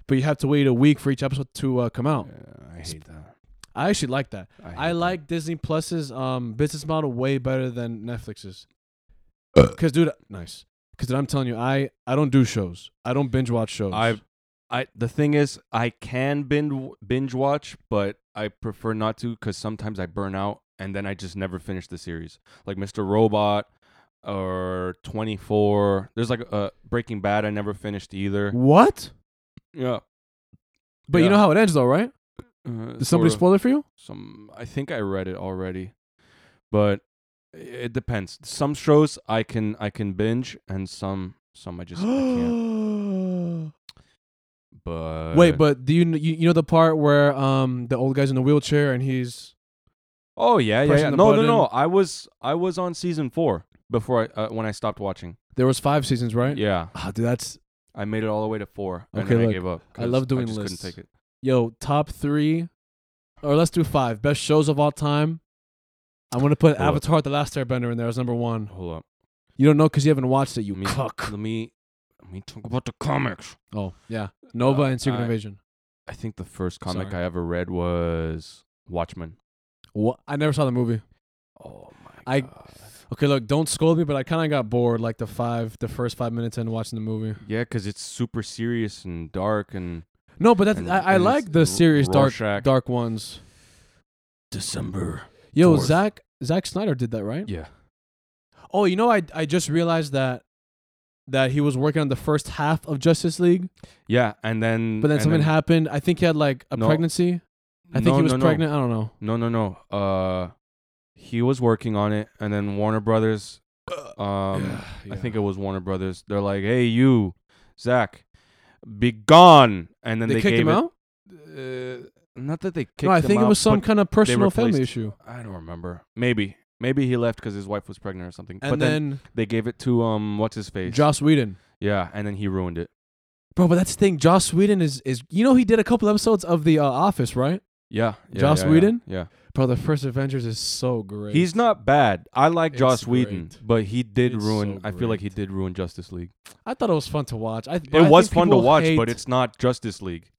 [SPEAKER 2] but you have to wait a week for each episode to uh, come out.
[SPEAKER 1] Yeah, I hate that.
[SPEAKER 2] I actually like that.
[SPEAKER 1] hate
[SPEAKER 2] I
[SPEAKER 1] that.
[SPEAKER 2] like Disney Plus's um business model way better than Netflix's. Cause dude, nice. Cause dude, I'm telling you, I I don't do shows. I don't binge watch shows.
[SPEAKER 1] I, I the thing is, I can binge binge watch, but I prefer not to because sometimes I burn out and then I just never finish the series, like Mr. Robot or Twenty Four. There's like a Breaking Bad I never finished either.
[SPEAKER 2] what?
[SPEAKER 1] Yeah,
[SPEAKER 2] But you
[SPEAKER 1] Yeah.
[SPEAKER 2] know how it ends though, right?
[SPEAKER 1] uh,
[SPEAKER 2] Did somebody
[SPEAKER 1] sorta.
[SPEAKER 2] spoil it for you?
[SPEAKER 1] Some I think I read it already, but i- it depends. Some shows I can I can binge and some some I just I can't. But
[SPEAKER 2] Wait, but do you, kn- you you know the part where um the old guy's in the wheelchair and he's
[SPEAKER 1] Oh yeah, yeah,
[SPEAKER 2] pressing
[SPEAKER 1] yeah.
[SPEAKER 2] the
[SPEAKER 1] No, no, no.
[SPEAKER 2] button.
[SPEAKER 1] I was I was on season four before I uh, when I stopped watching.
[SPEAKER 2] there was five seasons, right?
[SPEAKER 1] Yeah,
[SPEAKER 2] Ah, dude, that's
[SPEAKER 1] I made it all the way to four, and
[SPEAKER 2] Okay,
[SPEAKER 1] then I
[SPEAKER 2] look,
[SPEAKER 1] gave up.
[SPEAKER 2] I
[SPEAKER 1] 'cause
[SPEAKER 2] love doing
[SPEAKER 1] just
[SPEAKER 2] lists.
[SPEAKER 1] Couldn't take it.
[SPEAKER 2] yo top three, or let's do five best shows of all time. I'm gonna put
[SPEAKER 1] Hold up.
[SPEAKER 2] Avatar: The Last Airbender in there as number one.
[SPEAKER 1] Hold up,
[SPEAKER 2] You don't know because you haven't watched it, you
[SPEAKER 1] let me,
[SPEAKER 2] cuck.
[SPEAKER 1] Let me let me talk about the comics.
[SPEAKER 2] Oh yeah, Nova
[SPEAKER 1] Uh,
[SPEAKER 2] and Secret
[SPEAKER 1] I-
[SPEAKER 2] Invasion.
[SPEAKER 1] I think the first comic
[SPEAKER 2] Sorry.
[SPEAKER 1] I ever read was Watchmen.
[SPEAKER 2] What? I never saw the movie.
[SPEAKER 1] Oh my
[SPEAKER 2] I-
[SPEAKER 1] god.
[SPEAKER 2] Okay, look, don't scold me, but I kind of got bored like the five, the first five minutes in watching the movie.
[SPEAKER 1] Yeah, because it's super serious and dark and
[SPEAKER 2] No, but that's
[SPEAKER 1] And-
[SPEAKER 2] I, I
[SPEAKER 1] and
[SPEAKER 2] like
[SPEAKER 1] it's
[SPEAKER 2] the
[SPEAKER 1] R-
[SPEAKER 2] serious dark
[SPEAKER 1] Rorschach.
[SPEAKER 2] dark ones.
[SPEAKER 1] December.
[SPEAKER 2] Yo,
[SPEAKER 1] Fourth.
[SPEAKER 2] Zach Zach Snyder did that, right?
[SPEAKER 1] Yeah.
[SPEAKER 2] Oh, you know, I I just realized that that he was working on the first half of Justice League,
[SPEAKER 1] Yeah, and then
[SPEAKER 2] but then
[SPEAKER 1] and
[SPEAKER 2] something happened. I think he had like a
[SPEAKER 1] No.
[SPEAKER 2] pregnancy. I think
[SPEAKER 1] No,
[SPEAKER 2] he was
[SPEAKER 1] no, no.
[SPEAKER 2] pregnant. I don't know.
[SPEAKER 1] No, no, no. Uh, he was working on it, and then Warner Brothers. Um, I think it was Warner Brothers. They're like, "Hey, you, Zach, be gone!" And then
[SPEAKER 2] they,
[SPEAKER 1] they,
[SPEAKER 2] kicked
[SPEAKER 1] gave
[SPEAKER 2] him
[SPEAKER 1] it,
[SPEAKER 2] out.
[SPEAKER 1] Uh, not that they kicked.
[SPEAKER 2] No, I
[SPEAKER 1] him
[SPEAKER 2] think it
[SPEAKER 1] out,
[SPEAKER 2] was some
[SPEAKER 1] but
[SPEAKER 2] kind of personal family
[SPEAKER 1] replaced-
[SPEAKER 2] issue.
[SPEAKER 1] I don't remember. Maybe, maybe he left because his wife was pregnant or something.
[SPEAKER 2] And
[SPEAKER 1] but then,
[SPEAKER 2] then,
[SPEAKER 1] they gave it to um, what's his face?
[SPEAKER 2] Joss Whedon,
[SPEAKER 1] yeah, and then he ruined it.
[SPEAKER 2] bro. But that's the thing. Joss Whedon is is you know he did a couple episodes of the uh, Office, right?
[SPEAKER 1] Yeah, yeah
[SPEAKER 2] Joss
[SPEAKER 1] yeah, yeah,
[SPEAKER 2] Whedon?
[SPEAKER 1] Yeah,
[SPEAKER 2] Bro, the first Avengers is so great.
[SPEAKER 1] he's not bad. I like
[SPEAKER 2] It's
[SPEAKER 1] Joss Whedon,
[SPEAKER 2] great.
[SPEAKER 1] but he did
[SPEAKER 2] It's
[SPEAKER 1] ruin.
[SPEAKER 2] so
[SPEAKER 1] I feel like he
[SPEAKER 2] great.
[SPEAKER 1] did ruin Justice League.
[SPEAKER 2] I thought it was fun to watch. I, but I
[SPEAKER 1] It was
[SPEAKER 2] think
[SPEAKER 1] fun to
[SPEAKER 2] people
[SPEAKER 1] watch, but
[SPEAKER 2] hate-
[SPEAKER 1] it's not Justice League.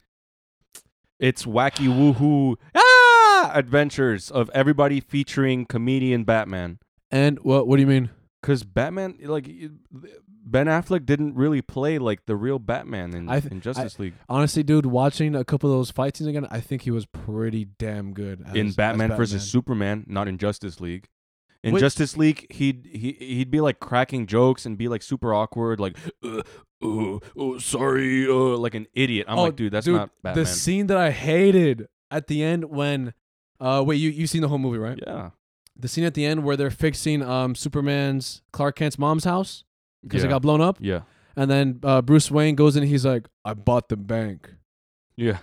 [SPEAKER 1] It's wacky woohoo ah adventures of everybody featuring comedian Batman.
[SPEAKER 2] and what? What do you mean?
[SPEAKER 1] Because Batman, like y- Ben Affleck, didn't really play like the real Batman in,
[SPEAKER 2] I th-
[SPEAKER 1] in Justice League.
[SPEAKER 2] Honestly, dude, watching a couple of those fight scenes again, I think he was pretty damn good. As,
[SPEAKER 1] in
[SPEAKER 2] as
[SPEAKER 1] Batman, versus Superman, not in Justice League. In
[SPEAKER 2] Which-
[SPEAKER 1] Justice League, he'd he he'd be like cracking jokes and be like super awkward, like uh, uh, uh, sorry, uh, like an idiot. I'm
[SPEAKER 2] Oh,
[SPEAKER 1] like, dude, that's
[SPEAKER 2] dude,
[SPEAKER 1] not Batman.
[SPEAKER 2] The scene that I hated at the end when, uh, wait, you you seen the whole movie right?
[SPEAKER 1] yeah,
[SPEAKER 2] The scene at the end where they're fixing um Superman's Clark Kent's mom's house because
[SPEAKER 1] yeah.
[SPEAKER 2] it got blown up,
[SPEAKER 1] yeah,
[SPEAKER 2] and then uh, Bruce Wayne goes in, and he's like, "I bought the bank."
[SPEAKER 1] yeah.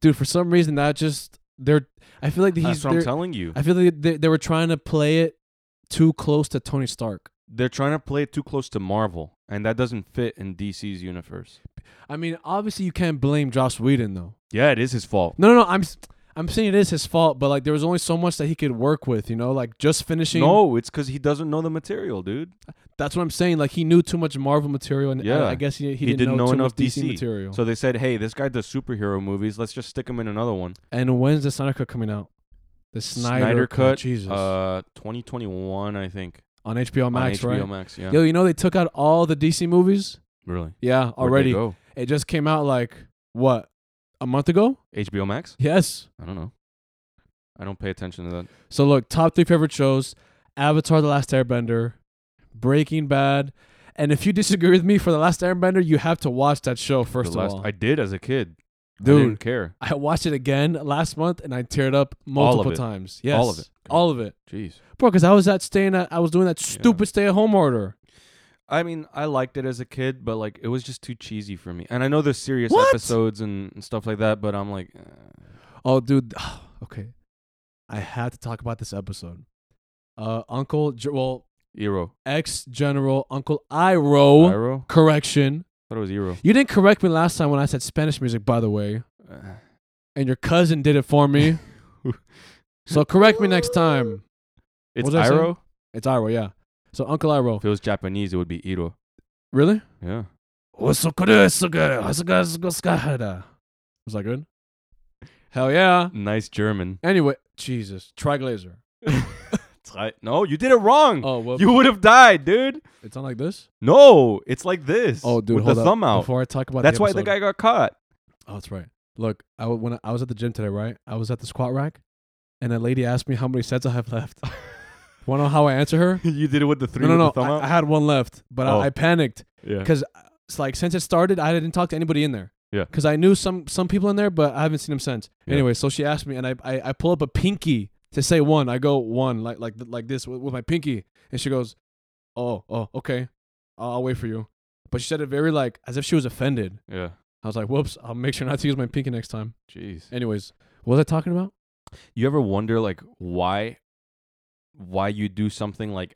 [SPEAKER 2] dude for some reason that just they're i feel like he's
[SPEAKER 1] That's what I'm
[SPEAKER 2] they're-
[SPEAKER 1] telling you.
[SPEAKER 2] i feel like they, they were trying to play it too close to tony stark
[SPEAKER 1] They're trying to play it too close to Marvel, and that doesn't fit in DC's universe.
[SPEAKER 2] i mean obviously you can't blame josh whedon though
[SPEAKER 1] Yeah, it is his fault.
[SPEAKER 2] no no no i'm s- i'm saying it is his fault but like there was only so much that he could work with you know like just finishing
[SPEAKER 1] No, it's because he doesn't know the material, dude.
[SPEAKER 2] that's what i'm saying like he knew too much marvel material and
[SPEAKER 1] Yeah.
[SPEAKER 2] I, I guess he, he,
[SPEAKER 1] He
[SPEAKER 2] didn't,
[SPEAKER 1] didn't
[SPEAKER 2] know,
[SPEAKER 1] know
[SPEAKER 2] too
[SPEAKER 1] enough
[SPEAKER 2] much dc,
[SPEAKER 1] DC.
[SPEAKER 2] material
[SPEAKER 1] So they said, hey, this guy does superhero movies. Let's just stick him in another one.
[SPEAKER 2] and when's the snyder cut coming out the snyder, cut, jesus
[SPEAKER 1] Uh, 2021, I think.
[SPEAKER 2] on hbo max
[SPEAKER 1] on HBO
[SPEAKER 2] right
[SPEAKER 1] Max, yeah.
[SPEAKER 2] yo you know they took out all the dc movies
[SPEAKER 1] really?
[SPEAKER 2] yeah
[SPEAKER 1] Where'd
[SPEAKER 2] already
[SPEAKER 1] they go?
[SPEAKER 2] It just came out like what a month ago.
[SPEAKER 1] HBO Max?
[SPEAKER 2] Yes.
[SPEAKER 1] I don't know. I don't pay attention to that.
[SPEAKER 2] So look, top three favorite shows: Avatar: The Last Airbender, Breaking Bad, and if you disagree with me for The Last Airbender, you have to watch that show first
[SPEAKER 1] The
[SPEAKER 2] of
[SPEAKER 1] last-
[SPEAKER 2] all.
[SPEAKER 1] I
[SPEAKER 2] I,
[SPEAKER 1] did as a kid. I
[SPEAKER 2] Dude.
[SPEAKER 1] didn't care.
[SPEAKER 2] watched it again last month and I teared up
[SPEAKER 1] of
[SPEAKER 2] multiple
[SPEAKER 1] it.
[SPEAKER 2] times. Yes,
[SPEAKER 1] All of it.
[SPEAKER 2] all of it,
[SPEAKER 1] Jeez.
[SPEAKER 2] bro. Because I was at staying at, I was doing that stupid stay-at-home order.
[SPEAKER 1] I mean, I liked it as a kid, but like it was just too cheesy for me. And I know there's serious
[SPEAKER 2] What?
[SPEAKER 1] episodes and, and stuff like that, but I'm like, eh.
[SPEAKER 2] Oh, dude. okay, I had to talk about this episode. Uh, Uncle, Jo- well,
[SPEAKER 1] Eero.
[SPEAKER 2] Ex General Uncle Iro.
[SPEAKER 1] Iro?
[SPEAKER 2] Correction.
[SPEAKER 1] thought it was Eero.
[SPEAKER 2] You didn't correct me last time when I said Spanish music, by the way.
[SPEAKER 1] Uh,
[SPEAKER 2] And your cousin did it for me. so correct me next time.
[SPEAKER 1] It's
[SPEAKER 2] What was I saying?
[SPEAKER 1] Iro.
[SPEAKER 2] It's Iro, yeah. So Uncle Iro.
[SPEAKER 1] If it was Japanese, it would be Eero.
[SPEAKER 2] Really?
[SPEAKER 1] Yeah.
[SPEAKER 2] Was that good? Hell yeah.
[SPEAKER 1] Nice German.
[SPEAKER 2] Anyway, Jesus. Triglazer.
[SPEAKER 1] Tri- no, you did it wrong.
[SPEAKER 2] Oh, well,
[SPEAKER 1] Hmm. you would have died, dude.
[SPEAKER 2] it's not like this?
[SPEAKER 1] No, it's like this.
[SPEAKER 2] Oh, dude,
[SPEAKER 1] with
[SPEAKER 2] hold
[SPEAKER 1] the
[SPEAKER 2] up.
[SPEAKER 1] thumb out.
[SPEAKER 2] Before I talk about
[SPEAKER 1] That's why the
[SPEAKER 2] episode-
[SPEAKER 1] guy got caught.
[SPEAKER 2] Oh, that's right. Look, I w- when I, I was at the gym today, right? I was at the squat rack, and a lady asked me how many sets I have left. Want to know how I answer her?
[SPEAKER 1] you did it with the three.
[SPEAKER 2] no, no, no.
[SPEAKER 1] with the thumb
[SPEAKER 2] I,
[SPEAKER 1] out?
[SPEAKER 2] I had one left, but
[SPEAKER 1] Oh.
[SPEAKER 2] I, I panicked
[SPEAKER 1] yeah.
[SPEAKER 2] because uh, it's like since it started, I didn't talk to anybody in there.
[SPEAKER 1] Yeah.
[SPEAKER 2] Because I knew some some people in there, but I haven't seen them since.
[SPEAKER 1] Yeah.
[SPEAKER 2] Anyway, so she asked me, and I, I I pull up a pinky to say one. I go one like like like this with, with my pinky, and she goes, oh oh okay, I'll, I'll wait for you. But she said it very like as if she was offended.
[SPEAKER 1] Yeah.
[SPEAKER 2] I was like, whoops, I'll make sure not to use my pinky next time.
[SPEAKER 1] Jeez.
[SPEAKER 2] Anyways, what was I talking about?
[SPEAKER 1] You ever wonder like why, why you do something like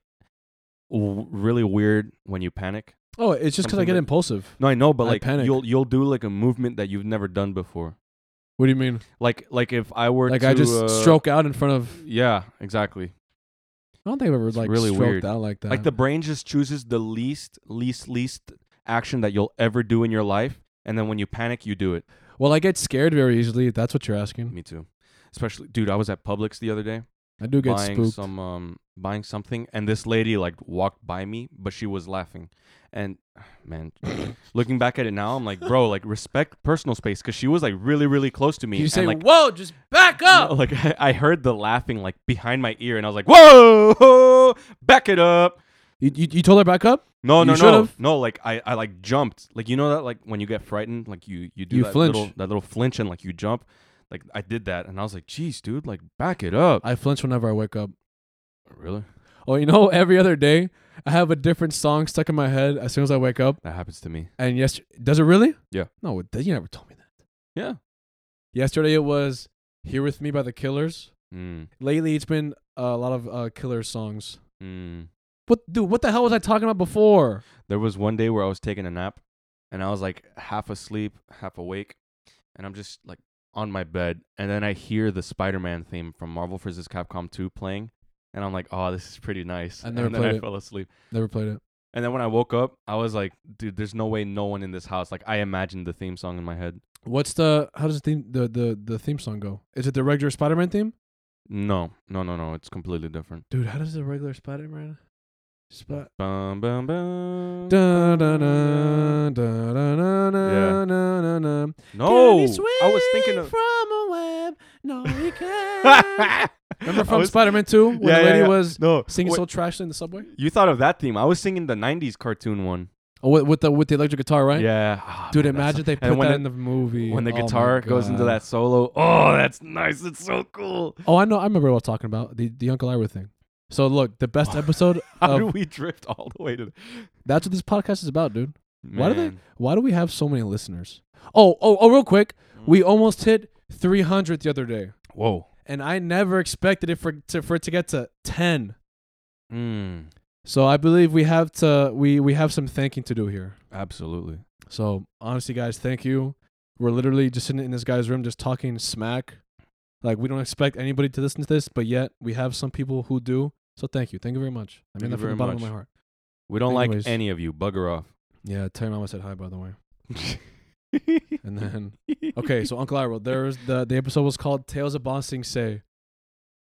[SPEAKER 1] w- really weird when you panic?
[SPEAKER 2] Oh, it's just because I
[SPEAKER 1] Something
[SPEAKER 2] get
[SPEAKER 1] that-
[SPEAKER 2] impulsive.
[SPEAKER 1] No, I know, but
[SPEAKER 2] I
[SPEAKER 1] like
[SPEAKER 2] panic.
[SPEAKER 1] you'll you'll do like a movement that you've never done before.
[SPEAKER 2] What do you mean?
[SPEAKER 1] Like like if I were
[SPEAKER 2] Like
[SPEAKER 1] to,
[SPEAKER 2] I just
[SPEAKER 1] uh,
[SPEAKER 2] stroke out in front of.
[SPEAKER 1] Yeah, exactly.
[SPEAKER 2] I don't think I've ever
[SPEAKER 1] It's
[SPEAKER 2] like
[SPEAKER 1] really
[SPEAKER 2] stroked
[SPEAKER 1] weird.
[SPEAKER 2] out like that.
[SPEAKER 1] Like the brain just chooses the least least least action that you'll ever do in your life, and then when you panic, you do it.
[SPEAKER 2] well, I get scared very easily. If that's what you're asking.
[SPEAKER 1] Me too. Especially, dude, I was at Publix the other day
[SPEAKER 2] I do get
[SPEAKER 1] buying
[SPEAKER 2] spooked.
[SPEAKER 1] some um buying something, and this lady like walked by me, but she was laughing, and man, looking back at it now, I'm like, bro, like respect personal space, because she was like really really close to me.
[SPEAKER 2] you
[SPEAKER 1] and,
[SPEAKER 2] say,
[SPEAKER 1] like,
[SPEAKER 2] "Whoa, just back up"?
[SPEAKER 1] No, like I, I heard the laughing like behind my ear, and I was like, "Whoa, back it up!"
[SPEAKER 2] You, you, you told her back up.
[SPEAKER 1] No,
[SPEAKER 2] You
[SPEAKER 1] no, no,
[SPEAKER 2] should've.
[SPEAKER 1] no. Like I, I like jumped. Like you know that like when you get frightened, like you you do
[SPEAKER 2] You
[SPEAKER 1] that
[SPEAKER 2] flinch.
[SPEAKER 1] little that little flinch and like you jump. Like I did that, and I was like, "Jeez, dude, like back it up."
[SPEAKER 2] I flinch whenever I wake up.
[SPEAKER 1] really?
[SPEAKER 2] Oh, you know, every other day I have a different song stuck in my head as soon as I wake up.
[SPEAKER 1] That happens to me.
[SPEAKER 2] And yes, does it really?
[SPEAKER 1] Yeah.
[SPEAKER 2] No, it, you never told me that.
[SPEAKER 1] Yeah.
[SPEAKER 2] Yesterday it was "Here with Me" by the Killers.
[SPEAKER 1] Mm,
[SPEAKER 2] Lately, it's been a lot of uh, killer songs.
[SPEAKER 1] mm.
[SPEAKER 2] What, dude? What the hell was I talking about before?
[SPEAKER 1] There was one day where I was taking a nap and I was like half asleep, half awake, and I'm just like on my bed. And then I hear the Spider Man theme from Marvel vs. Capcom 2 playing, and I'm like, oh, this is pretty nice.
[SPEAKER 2] I never
[SPEAKER 1] and then
[SPEAKER 2] played
[SPEAKER 1] I
[SPEAKER 2] it.
[SPEAKER 1] fell asleep.
[SPEAKER 2] Never played it.
[SPEAKER 1] And then when I woke up, I was like, dude, there's no way no one in this house. Like, I imagined the theme song in my head.
[SPEAKER 2] What's the? How does the theme, the the the theme song go? Is it the regular Spider-Man theme?
[SPEAKER 1] No, no, no, no. It's completely different.
[SPEAKER 2] Dude, how does the regular Spider-Man? Spot.
[SPEAKER 1] Bum, bum, bum.
[SPEAKER 2] Da da da da da da da da da.
[SPEAKER 1] No, Oh, I was thinking of.
[SPEAKER 2] from a web. No, he can. Remember
[SPEAKER 1] I
[SPEAKER 2] from
[SPEAKER 1] was-
[SPEAKER 2] Spider-Man Two when
[SPEAKER 1] Yeah,
[SPEAKER 2] the
[SPEAKER 1] yeah,
[SPEAKER 2] lady
[SPEAKER 1] yeah.
[SPEAKER 2] was
[SPEAKER 1] No,
[SPEAKER 2] singing
[SPEAKER 1] wait,
[SPEAKER 2] so trashly in the subway?
[SPEAKER 1] You thought of that theme. I was singing the '90s cartoon one.
[SPEAKER 2] Oh, with, with the with the electric guitar, right?
[SPEAKER 1] Yeah, Ah,
[SPEAKER 2] Dude,
[SPEAKER 1] man, that's
[SPEAKER 2] imagine
[SPEAKER 1] so-
[SPEAKER 2] they
[SPEAKER 1] and
[SPEAKER 2] put that
[SPEAKER 1] when the-
[SPEAKER 2] in the movie.
[SPEAKER 1] when the
[SPEAKER 2] Oh my
[SPEAKER 1] guitar goes into
[SPEAKER 2] God.
[SPEAKER 1] that solo. Oh, that's nice. It's so cool.
[SPEAKER 2] Oh, I know. I remember what I was talking about the the Uncle Ira thing. So look, the best episode.
[SPEAKER 1] How
[SPEAKER 2] of,
[SPEAKER 1] do we drift all the way to?
[SPEAKER 2] that's what this podcast is about, dude. Why do they-
[SPEAKER 1] Man.
[SPEAKER 2] Why do we have so many listeners? Oh, oh, oh! Real quick,
[SPEAKER 1] Mm.
[SPEAKER 2] we almost hit 300 the other day,
[SPEAKER 1] Whoa.
[SPEAKER 2] and I never expected it for to, for it to get to 10.
[SPEAKER 1] Mm,
[SPEAKER 2] So I believe we have to we we have some thanking to do here.
[SPEAKER 1] absolutely.
[SPEAKER 2] So honestly, guys, thank you. We're literally just sitting in this guy's room, just talking smack. Like we don't expect anybody to listen to this, but yet we have some people who do. So thank you, thank you very much. I mean that from
[SPEAKER 1] Thank you
[SPEAKER 2] the
[SPEAKER 1] very
[SPEAKER 2] bottom of
[SPEAKER 1] much.
[SPEAKER 2] my heart.
[SPEAKER 1] We don't
[SPEAKER 2] Anyways.
[SPEAKER 1] like any of you. Bugger off.
[SPEAKER 2] Yeah, tell your mama I said hi by the way. And then okay, so Uncle Iro, there's the the episode was called Tales of Bon Sing Se.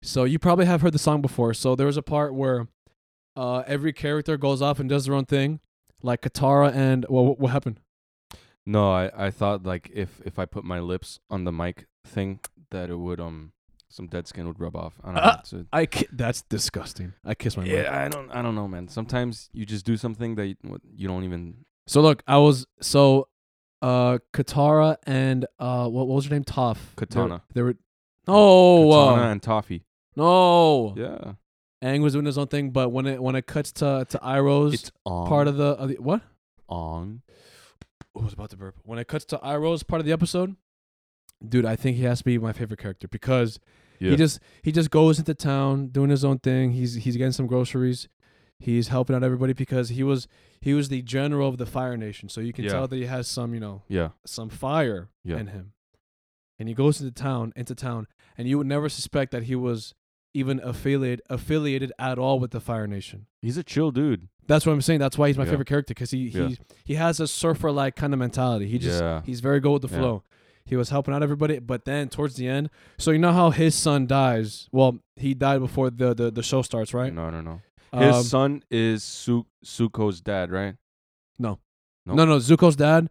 [SPEAKER 2] So you probably have heard the song before. So there was a part where uh, every character goes off and does their own thing, like Katara and well, what, what happened?
[SPEAKER 1] no, I, I thought like if if I put my lips on the mic thing that it would um some dead skin would rub off. I don't
[SPEAKER 2] Ah.
[SPEAKER 1] know. It's
[SPEAKER 2] I ki- that's disgusting. I kissed
[SPEAKER 1] a-
[SPEAKER 2] my mic.
[SPEAKER 1] yeah, I don't I don't know, man. Sometimes you just do something that you, what- you don't even
[SPEAKER 2] So look, I was so uh Katara and uh what, what was her name? Toph. They were-
[SPEAKER 1] Katana.
[SPEAKER 2] They were, no uh,
[SPEAKER 1] Katana and toffee.
[SPEAKER 2] no.
[SPEAKER 1] Yeah.
[SPEAKER 2] Aang was doing his own thing, but when it when it cuts to to Iroh's
[SPEAKER 1] It's on
[SPEAKER 2] part of the, of the what?
[SPEAKER 1] on.
[SPEAKER 2] I was about to burp. When it cuts to Iroh's part of the episode, dude, I think he has to be my favorite character because
[SPEAKER 1] Yeah.
[SPEAKER 2] he just he just goes into town doing his own thing. He's he's getting some groceries. He's helping out everybody because he was he was the general of the Fire Nation, so you can
[SPEAKER 1] Yeah.
[SPEAKER 2] tell that he has some you know
[SPEAKER 1] Yeah.
[SPEAKER 2] some fire
[SPEAKER 1] Yeah.
[SPEAKER 2] in him. And he goes into town, into town, and you would never suspect that he was even affiliated affiliated at all with the Fire Nation.
[SPEAKER 1] He's a chill dude.
[SPEAKER 2] That's what I'm saying. That's why he's my
[SPEAKER 1] Yeah.
[SPEAKER 2] favorite character because he he
[SPEAKER 1] Yeah.
[SPEAKER 2] he has a surfer like kind of mentality. He just
[SPEAKER 1] Yeah.
[SPEAKER 2] he's very good with the
[SPEAKER 1] Yeah.
[SPEAKER 2] flow. He was helping out everybody, but then towards the end, so you know how his son dies. Well, he died before the the, the show starts, right?
[SPEAKER 1] No, no, no. His
[SPEAKER 2] Um,
[SPEAKER 1] son is Su- Suko's dad, right? no.
[SPEAKER 2] No, no, Zuko's dad.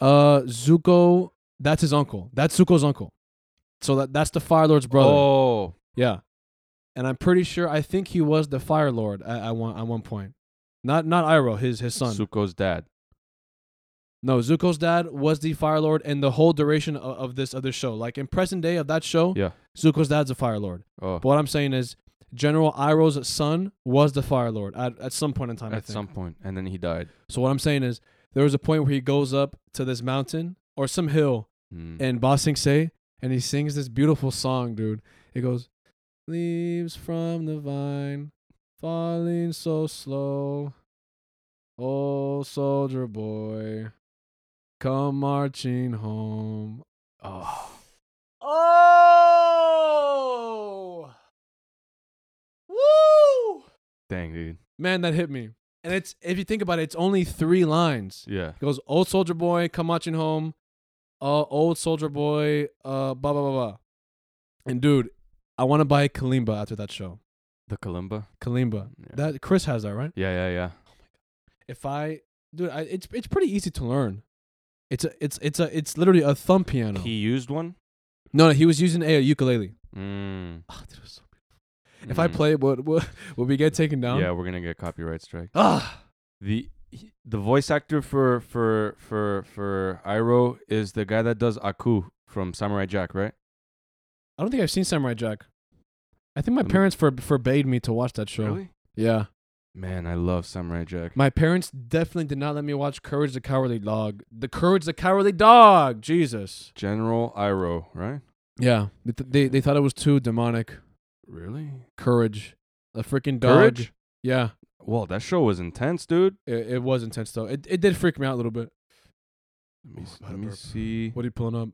[SPEAKER 2] Uh, Zuko, that's his uncle. That's Zuko's uncle. So that that's the Fire Lord's brother.
[SPEAKER 1] Oh,
[SPEAKER 2] Yeah, and I'm pretty sure I think he was the Fire Lord at, at one at one point. Not not Iroh, his his son.
[SPEAKER 1] Suko's dad.
[SPEAKER 2] no, Zuko's dad was the Fire Lord in the whole duration of, of this of this show. Like in present day of that show,
[SPEAKER 1] Yeah.
[SPEAKER 2] Zuko's dad's a Fire Lord.
[SPEAKER 1] Oh,
[SPEAKER 2] But what I'm saying is General Iroh's son was the Fire Lord at, at some point in time. I
[SPEAKER 1] at
[SPEAKER 2] think.
[SPEAKER 1] some point, and then he died.
[SPEAKER 2] so what I'm saying is there was a point where he goes up to this mountain or some hill
[SPEAKER 1] Mm.
[SPEAKER 2] in Ba Sing Se and he sings this beautiful song, dude. It goes, Leaves from the vine falling so slow. Oh, soldier boy, come marching home. Oh. Oh! Woo!
[SPEAKER 1] Dang, dude.
[SPEAKER 2] Man, that hit me. And it's if you think about it, it's only three lines.
[SPEAKER 1] Yeah.
[SPEAKER 2] It goes, old soldier boy, come marching home. Uh, old soldier boy, uh, blah blah blah blah. And dude, I want to buy Kalimba after that show.
[SPEAKER 1] The Kalimba.
[SPEAKER 2] Kalimba.
[SPEAKER 1] Yeah.
[SPEAKER 2] That Chris has that right.
[SPEAKER 1] Yeah, yeah, yeah.
[SPEAKER 2] If I, dude, I, it's it's pretty easy to learn. It's a it's it's a it's literally a thumb piano.
[SPEAKER 1] He used one.
[SPEAKER 2] no, no, he was using a, ukulele.
[SPEAKER 1] Mm.
[SPEAKER 2] Ah, dude, it was so beautiful. If I
[SPEAKER 1] Mm.
[SPEAKER 2] play it, would would would we get taken down?
[SPEAKER 1] yeah, we're gonna get copyright strike.
[SPEAKER 2] Ah,
[SPEAKER 1] the he- The voice actor for for for for Iroh is the guy that does Aku from Samurai Jack, right?
[SPEAKER 2] I don't think I've seen Samurai Jack. I think my
[SPEAKER 1] Let me-
[SPEAKER 2] parents for, forbade me to watch that show. Yeah.
[SPEAKER 1] Man, I love Samurai Jack.
[SPEAKER 2] My parents definitely did not let me watch Courage the Cowardly Dog. The Courage the Cowardly Dog. Jesus.
[SPEAKER 1] General Iroh, right?
[SPEAKER 2] Yeah. They th- they, they thought it was too demonic.
[SPEAKER 1] Really?
[SPEAKER 2] Courage. A freaking dog.
[SPEAKER 1] Courage?
[SPEAKER 2] Yeah.
[SPEAKER 1] Well, that show was intense, dude.
[SPEAKER 2] It, it was intense though. It it did freak me out a little bit.
[SPEAKER 1] Let
[SPEAKER 2] Oh,
[SPEAKER 1] me, s-
[SPEAKER 2] I had a
[SPEAKER 1] let me
[SPEAKER 2] burp.
[SPEAKER 1] see.
[SPEAKER 2] What are you pulling up?